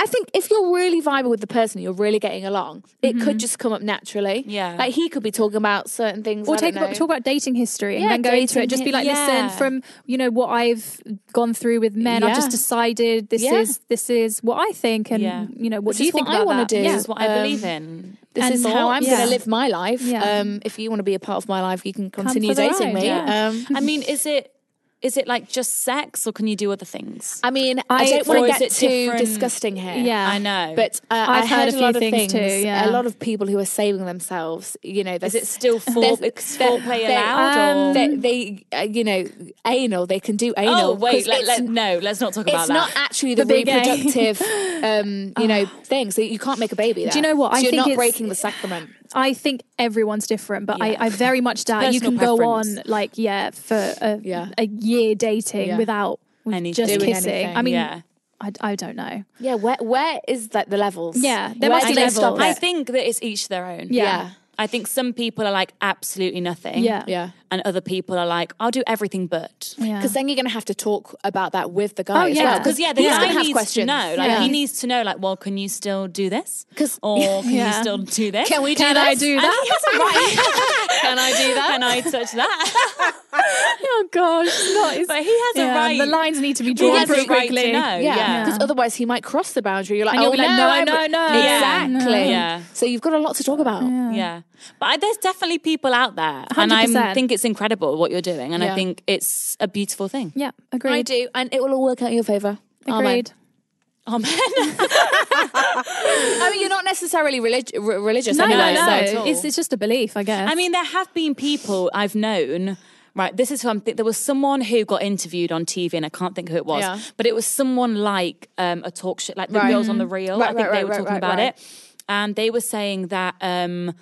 I think if you're really vibing with the person, you're really getting along. It could just come up naturally.
Mm-hmm. Yeah.
like he could be talking about certain things.
Or
I
take
don't
about,
know.
talk about dating history and
Yeah,
then go into
dating
it. Just be like,
hi- yeah.
listen, from you know what I've gone through with men, I've
Yeah.
just decided this
Yeah.
is this is what I think, and
Yeah.
you know what
This
do you
is
think
what I
about
wanna
that?
do.
Yeah.
This is what I
um,
believe in.
This
and
is how
thought,
I'm
yeah.
going to live my life.
Yeah.
Um, if you want to be a part of my life, you can continue
for the
dating
ride,
me.
yeah.
Um,
I mean, is it is it like just sex or can you do other things?
I mean, I,
I-
don't want
or
to
is
get
it
too
different-
disgusting here.
Yeah.
I know.
But uh,
I've
I heard,
heard a
a lot of
few
things.
things too, yeah.
A lot of people who are saving themselves. You know,
is it still fore,
there's-
it's
there-
foreplay
there-
allowed? or?
they, they uh, you know, anal. They can do anal.
oh,
'cause
wait, let,
it's
let, no, let's not talk about
it's
that.
not actually the,
The big A.
reproductive, um, you know, thing. So you can't make a baby. There.
you know what?
So
I
you're
think
not
it's-
breaking the sacrament.
I think everyone's different, but
Yeah.
I, I very much doubt you
Personal
can go
preference.
on like yeah for a,
Yeah.
a year dating
Yeah.
without
anything.
just
Doing
kissing.
anything.
I mean,
yeah.
I, I don't know.
Yeah, where where is like the levels?
Yeah, there
Where
must
do
be
they
levels.
stop
I
it?
think that it's each their own.
Yeah.
I think some people are like absolutely nothing.
Yeah.
Yeah.
And other people are like, I'll do everything but.
Yeah.
Because then you're going to have to talk about that with the guy.
Oh, yeah.
Because
Because
yeah, the
he's
guy
going to have
needs
questions.
to know. Like
Yeah.
he needs to know. Like, well, can you still do this?
'Cause-
or can
Yeah.
you still do this?
Can we do
Can I
this?
do
And
that?
yes, right.
Can I do that?
Can I touch that?
Oh gosh, not. it's-
But he has a
yeah,
right-
The lines need to be
He
drawn
has a
pretty
right to
quickly.
know,
Yeah,
Yeah.
because otherwise he might cross the boundary. You're like,
And you'll
oh
be like,
no,
no,
I
no,
would-"
no.
Yeah.
exactly.
Yeah.
So you've got a lot to talk about.
yeah. But I, there's definitely people out there, and I
100%.
think it's incredible what you're doing, and
Yeah.
I think it's a beautiful thing.
Yeah,
I
agreed.
do, and it will all work out in your favour. Amen.
Agreed.
Amen.
I mean, you're not necessarily relig- r- religious.
No, no,
anyway, so
no.
at all.
It's, it's just a belief, I guess.
I mean, there have been people I've known. Right, this is who I'm. Th- there was someone who got interviewed on TV, and I can't think who it was,
Yeah.
but it was someone like um, a talk show, like the
Right. Mm-hmm.
Girls on the Reel.
Right,
I think
right,
they
right,
were
right,
talking
right,
about
right.
it, and they were saying that um,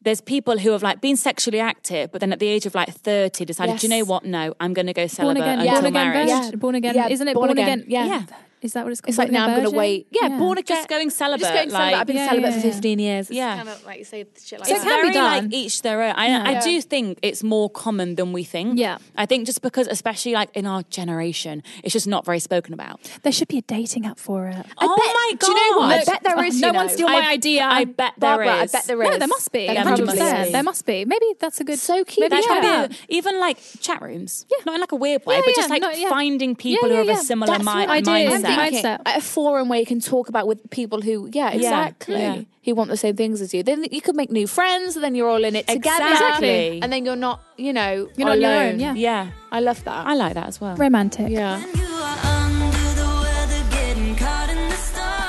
there's people who have like been sexually active, but then at the age of like 30 decided, do you know
Yes.
what? No, I'm going to go
born
celibate
again,
until
born again,
marriage.
virgin, born again.
Yeah,
Isn't it
born
born,
again.
again?
Yeah.
Is that what it's called?
It's like
Born
now I'm
again
going to
virgin?
wait. Yeah, born again.
Just going celibate.
Just going celibate.
like-
I've been
Yeah,
celibate
yeah,
for
yeah.
15 years. It's
Yeah.
kind of like you say shit like
So
it's
it can
very
be done.
like each their own. I, I do think it's more common than we think.
Yeah.
I think just because, especially like in our generation, it's just not very spoken about.
There should be a dating app for it.
oh my god!
Do you know what? I
Look,
bet there is.
no
you know.
one steal my
I-
idea.
I bet there
Barbara, I
is.
bet there is.
No, there must be.
There
Yeah,
probably
100%.
probably
is.
There must be. Maybe that's a good.
So cute.
Maybe
That
try
should
it
be
out.
even like chat rooms, not in like a weird way,
Yeah,
but
yeah,
just like
not- yeah.
finding people
yeah,
who have
yeah.
a similar
That's
mi-
what I do. I'm
mindset.
thinking.
thinking
Mindset.
at a forum where you can talk about with people who, yeah, exactly,
Yeah.
who want the same things as you. Then you could make new friends, and then you're all in it together.
Exactly.
And then you're not, you know,
You're not
alone.
on your own, yeah.
yeah,
I love that.
I like that as well.
Romantic.
yeah.
You are under the weather, getting caught in the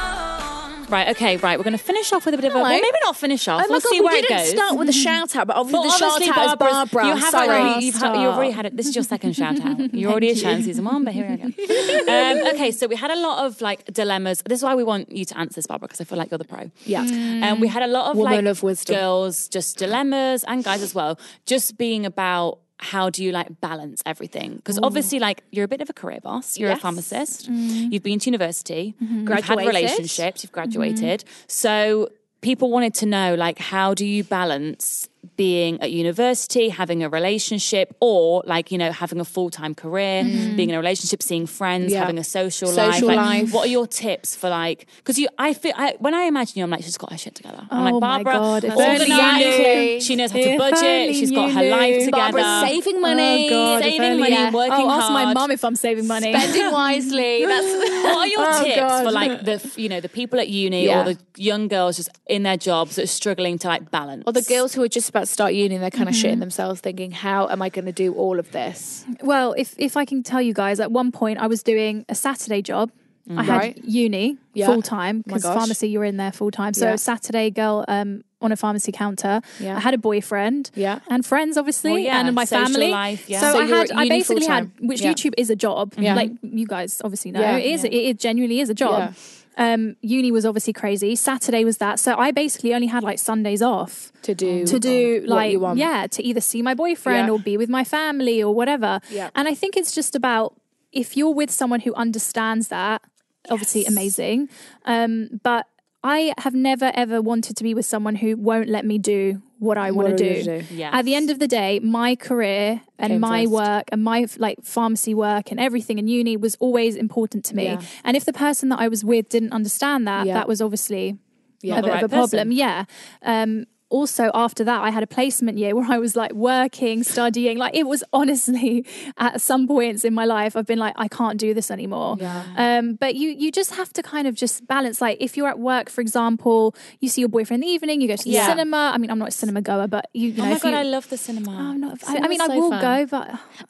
storm.
Right, okay, right. We're going to finish off with a bit of a.
Hello.
Well, maybe not finish
Oh
off. we'll see
oh we
where it
didn't
goes.
start with a shout out, but obviously
But
the shout
obviously,
out is
Barbara's-
Barbara.
You have
sorry.
already, you've, ha- you
Stop.
already had it. This is your second shout out. You're already a shout in season one, but here we go. Um, okay, so we had a lot of like dilemmas. This is why we want you to answer this, Barbara, because I feel like you're the pro.
Yeah.
And we had a lot of like
Woman of wisdom.
girls, just dilemmas, and guys as well, just being about how do you like balance everything? Because obviously, like you're a bit of a career boss. You're
Yes. Mm-hmm.
a pharmacist. You've been to university. You've had
Graduated.
relationships. You've
Mm-hmm.
graduated. So people wanted to know, like, how do you balance being at university, having a relationship, or like you know having a full time career,
Mm-hmm.
being in a relationship, seeing friends,
Yeah.
having a social,
Social
Like,
life.
What are your tips for like? Because you, I feel I, when I imagine you, I'm like she's got her shit together. I'm like
Oh my
Barbara,
God, if
organised,
only you knew.
she knows how to
If
budget.
only
She's got
you
her life
knew.
together.
Barbara's saving money,
Oh God, if
saving
only-
money,
yeah.
working
oh, ask my
hard.
mum if I'm saving money.
spending wisely. That's
what are your
Oh,
tips
God.
for like the you know the people at uni
Yeah.
or the young girls just in their jobs that are struggling to like balance?
or the girls who are just about to start uni. and They're kind of shitting themselves, thinking, "How am I going to do all of this?"
Well, if if I can tell you guys, at one point I was doing a Saturday job. I had
Mm. Right.
uni
Yeah. Oh
full time because
gosh.
pharmacy you were in there full time. So
Yeah.
a Saturday girl um, on a pharmacy counter.
Yeah.
I had a boyfriend.
Yeah.
and friends obviously,
Well, yeah,
and my
social
family.
life, yeah.
So,
So
I
you were
had
at
I
uni
basically
full-time.
had which
Yeah.
YouTube is a job.
Yeah.
like you guys obviously know
Yeah.
it is. It, it genuinely is a job. Um, uni was obviously crazy. Saturday was that. So I basically only had like Sundays off
To do
to do
Mm-hmm. what
like
you want.
yeah to either see my boyfriend
Yeah.
or be with my family or whatever
Yeah.
and i think it's just about if you're with someone who understands that obviously amazing um but i have never ever wanted to be with someone who won't let me do what i want
What do you
to
do?
do
Yes.
at the end of the day my career and
Came
my
first.
work and my like pharmacy work and everything in uni was always important to me
Yeah.
and if the person that i was with didn't understand that
Yeah.
that was obviously
Yeah.
a
the
bit
right
of a problem.
person.
Yeah. Um, also, after that, I had a placement year where I was like working, studying. Like it was honestly, at some points in my life, I've been like, I can't do this anymore. Um, but you you just have to kind of just balance. Like if you're at work, for example, you see your boyfriend in the evening, you go to the
Yeah.
cinema. I mean, I'm not a cinema goer, but you, you know,
Oh my
if
god,
you- Oh,
I love the cinema.
I'm not. I, I
Cinema's
mean, I
so
will
fun.
go, but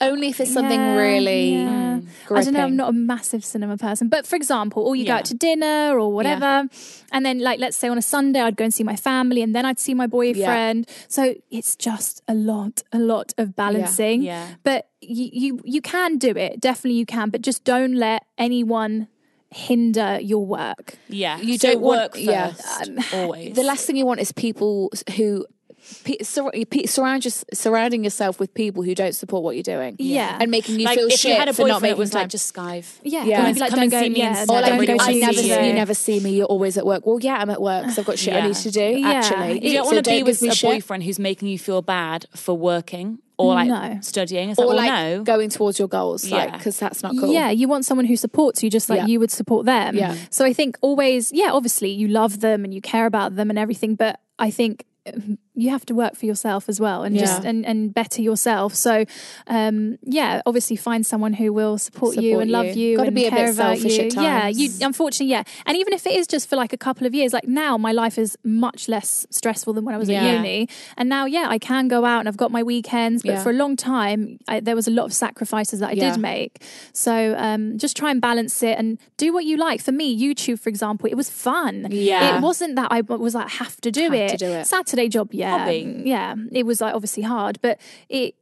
Only if it's something
yeah,
really.
yeah. I don't know.
gripping.
I'm not a massive cinema person, but for example, or you go
Yeah.
out to dinner or whatever, and then like let's say on a Sunday I'd go and see my family, and then I'd see my boyfriend. So it's just a lot, a lot of balancing.
Yeah.
But you, you you can do it. Definitely you can. But just don't let anyone hinder your work.
Yeah,
You
so
don't want-
work first.
um,
yeah.
always.
The last thing you want is people who pe- sur- pe- surround your- surrounding yourself with people who don't support what you're doing.
Yeah.
and making you
Like
feel
if
shit
you had a
for not
boyfriend,
making
it was
time.
like just skive.
Yeah,
Yeah.
Or maybe like
Come and
don't
see
go-
me
yeah,
instead.
don't
or like
Don't
go
go
I
see
see
never
me.
you. never see me. You're always at work. Well, yeah, I'm at work because I've got shit I
Yeah.
need to do.
Yeah.
Actually,
You don't
So
want to be
give
with
me
a
shit.
boyfriend who's making you feel bad for working or like
No.
studying. It's
or
like,
like
well, no.
going towards your goals, like
Yeah.
because that's not cool.
Yeah, you want someone who supports you just like
Yeah.
you would support them.
Yeah.
So I think always, yeah, obviously you love them and you care about them and everything, but I think um, you have to work for yourself as well and just
Yeah.
and, and better yourself. So um yeah, obviously find someone who will support, you
Support
and love
you.
you
Gotta
and
be a bit
care about
selfish
you.
at
Yeah,
times.
you unfortunately, yeah. And even if it is just for like a couple of years, like now my life is much less stressful than when I was
Yeah.
at uni. And now yeah, I can go out and I've got my weekends, but
Yeah.
for a long time I, there was a lot of sacrifices that I
Yeah.
did make. So um, just try and balance it and do what you like. For me, YouTube, for example, it was fun.
Yeah.
It wasn't that I w- was like, have to do,
Have
it.
to do it.
Saturday job, yeah.
Hobby.
Yeah. It was like obviously hard, but it,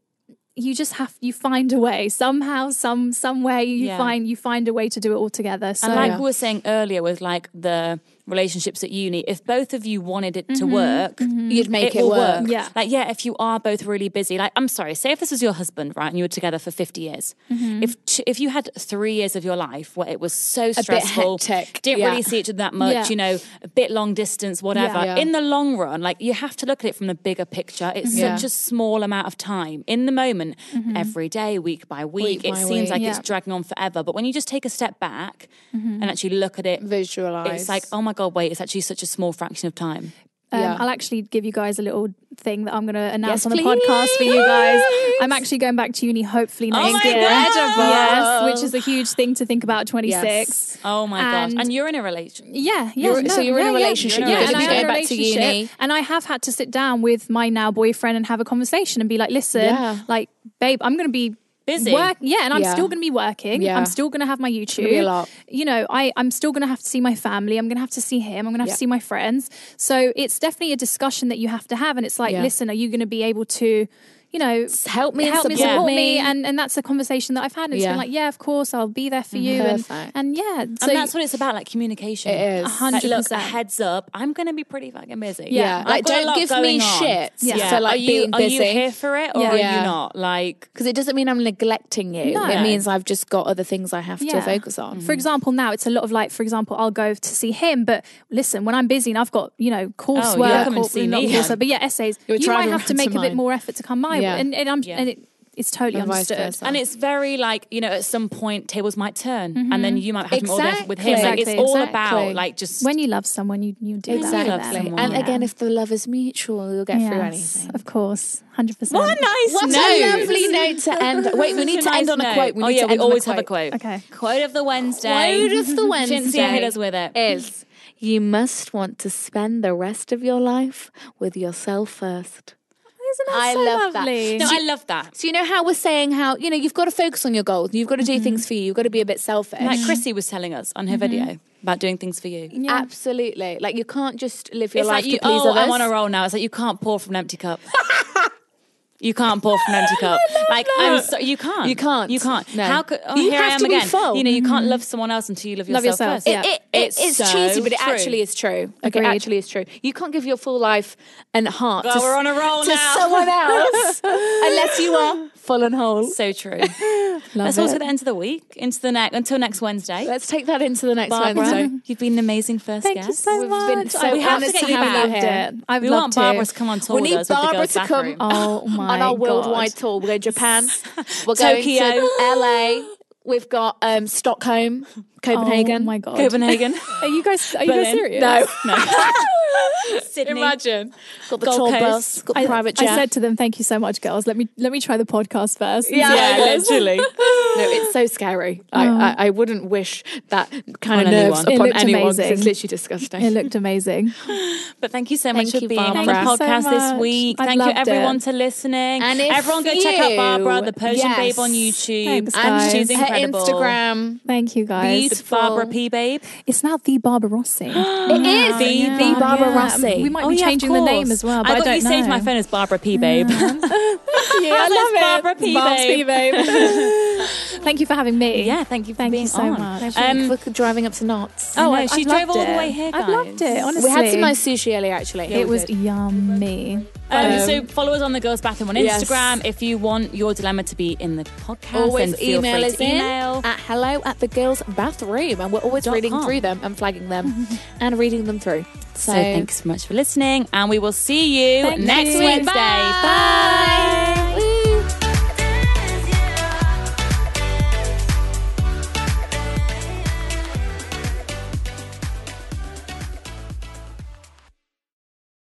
you just have you find a way somehow some some way you
Yeah.
find you find a way to do it all together so
And like
Yeah.
we were saying earlier with like the relationships at uni, if both of you wanted it
Mm-hmm.
to work,
You'd make it,
will
work.
Yeah.
Like, yeah, if you are both really busy, like, I'm sorry, say if this was your husband, right, and you were together for 50 years.
Mm-hmm.
If t- if you had three years of your life where it was so stressful,
hectic,
didn't
yeah.
really see each other that much,
Yeah.
you know, a bit long distance, whatever.
Yeah.
In the long run, like, you have to look at it from the bigger picture. It's
Yeah.
such a small amount of time. In the moment, every day, week by week, it
by
seems
Mm-hmm. week.
like
Yeah.
it's dragging on forever. But when you just take a step back
Mm-hmm.
and actually look at it,
Visualize.
it's like, oh my God, wait, it's actually such a small fraction of time.
Um,
Yeah.
I'll actually give you guys a little thing that I'm going to announce
Yes,
on the podcast for you
please. Oh
guys. I'm actually going back to uni hopefully
my
next year.
God.
Yes, which is a huge thing to think about at 26.
Yes.
Oh my gosh.
And-
And you're in a relationship.
Yeah, yeah.
You're-
no,
so you're in a
yeah, yeah.
relationship,
Yeah,
you're
and
gonna
I
be
am in
going
a
back to
relationship,
uni.
And I have had to sit down with my now boyfriend and have a conversation and be like, listen,
Yeah.
like, babe, I'm going to be
Busy.
Work, yeah, and I'm
Yeah.
still going to be working.
Yeah.
I'm still going to have my YouTube.
be a lot.
You know, I I'm still going to have to see my family. I'm going to have to see him. I'm going to have
Yeah.
to see my friends. So it's definitely a discussion that you have to have, and it's like,
Yeah.
listen, are you going to be able to? You know,
help me and
help me,
support
support me,
me.
and and that's a conversation that I've had. And it's
Yeah.
been like, yeah, of course, I'll be there for you,
Perfect.
and and yeah, so
and that's what it's about, like communication.
It is.
Like, look,
100%.
a heads up, I'm going to be pretty fucking busy.
Yeah.
I've
Like,
got a
don't
lot
give me
going on.
shit for, like,
are you,
being
Are you
busy.
here for it or
Yeah.
are
Yeah.
you not? Like,
because it doesn't mean I'm neglecting you.
No.
It means I've just got other things I have to
Yeah. Mm.
focus on.
For example, now it's a lot of like, for example, I'll go to see him, but listen, when I'm busy and I've got, you know,
Oh,
coursework,
you'll come and
or-
see
not
me
coursework,
then.
but yeah, essays,
You're
you might
driving
have to
around
make
to
a bit
mine.
more effort to come my
Yeah.
way. And, and, I'm,
Yeah.
and it, it's totally
And vice
understood.
versa.
and it's very like, you know, at some point, tables might turn and then you might have to all there with him. Like, it's
Exactly.
all
Mm-hmm. Exactly.
about, like, just.
When you love someone, you, you do that.
Exactly.
Exactly.
And
Yeah.
again, if the love is mutual, you'll get
Yes,
through anything.
Of course, 100%.
what a nice
What
note.
a lovely note to end. Wait, we need
It's
to
a
end
nice
on a
note.
quote. We
oh
need
yeah,
to
we
end on
always
a quote.
have a quote.
Okay.
Quote of the Wednesday.
Quote of the
Chintzia hit
Wednesday
us with it.
is you must want to spend the rest of your life with yourself first.
Isn't that
I
so
love that.
lovely?
No, I love that.
So you know how we're saying how you know you've got to focus on your goals, you've got to do things for you, you've got to be a bit selfish. Mm.
Like Chrissy was telling us on her video about doing things for you.
Absolutely. Like you can't just live your
It's
life
like you,
to please
oh,
others.
I'm on a roll now. It's like you can't pour from an empty cup. you can't pour from an empty cup. like I'm so, you can't.
You can't.
You can't.
No.
How could? Oh,
You
here I
have
am
to be
again.
full.
You know, you can't love someone else until you love yourself,
Love yourself,
first.
yeah.
It, it, it
It's
is
so
cheesy, but it
true.
actually is true. Like,
Agreed.
It actually is true. You can't give your full life and heart
Girl,
to, s-
we're on a roll
to
now.
someone else unless you are full and whole.
So true. That's also the end of the week. Into the next until next Wednesday.
Let's take that into the next
Barbara,
Wednesday.
you've been an amazing first
Thank
guest.
you so
We've
much.
been so
we have to
honest
get
to
you
have
back.
you
Loved
here.
it. I've
We
loved
want Barbara
it.
to come on tour
We
with
need
us with the
Barbara
girls'
to come
bathroom.
Oh my
on our
God.
worldwide tour. We're going to Japan. We're going
Tokyo.
to LA. We've got um, Stockholm, Copenhagen.
Oh my god.
Copenhagen.
Are you guys are you guys
Berlin.
serious?
No.
Sydney.
Imagine. Got the
Gold
tour
Coast.
bus, got the
I,
private
I
jet.
said to them, "Thank you so much, girls. Let me let me try the podcast first. and see
Yeah,
how it goes."
literally.
No, it's so scary. I, I, I wouldn't wish that kind
On
of nerves
anyone. It
upon
looked
anyone. 'cause It's
amazing.
literally disgusting.
It looked amazing.
But thank you so much
Thank
for
you,
being on the
Barbara.
Thank you
podcast
so
this
much.
week.
I've
thank you
loved
everyone
it.
for listening.
And if
everyone go check out
you-
Barbara, the Persian
Yes.
Babe on YouTube.
Thanks,
And
guys.
she's
Her
Her
incredible.
Instagram.
Thank you guys.
The Barbara P Babe.
It's now the Barbarossi.
It is.
The, the
Barbara
Yeah.
Rossi.
We might
Oh,
be
yeah, of
changing the name
course.
as well. But
I got
don't
you saved
know.
my phone as Barbara P Babe.
Yeah,
Oh,
I love it. Barbara P.
Barb's
Babe.
P. Babe. Thank you for having me.
Yeah, thank you for
Thank
being
you so
on.
much.
Um,
for driving up to knots.
Oh, no,
I know,
she
I've loved
drove all the
it.
way here.
I've loved it.
guys.
we
Honestly,
had some nice sushi earlier, actually.
It was yummy.
Um, so follow us on the Girls Bathroom on
Yes.
Instagram if you want your dilemma to be in the podcast.
always
then feel
email
free
us
to
in
email.
at hello at the girls bathroom and we're always
Dot
reading
com.
through them and flagging them and reading them through
So
so,
thanks so much for listening, and we will see you
Thank
next
you.
Wednesday.
Bye.
Bye.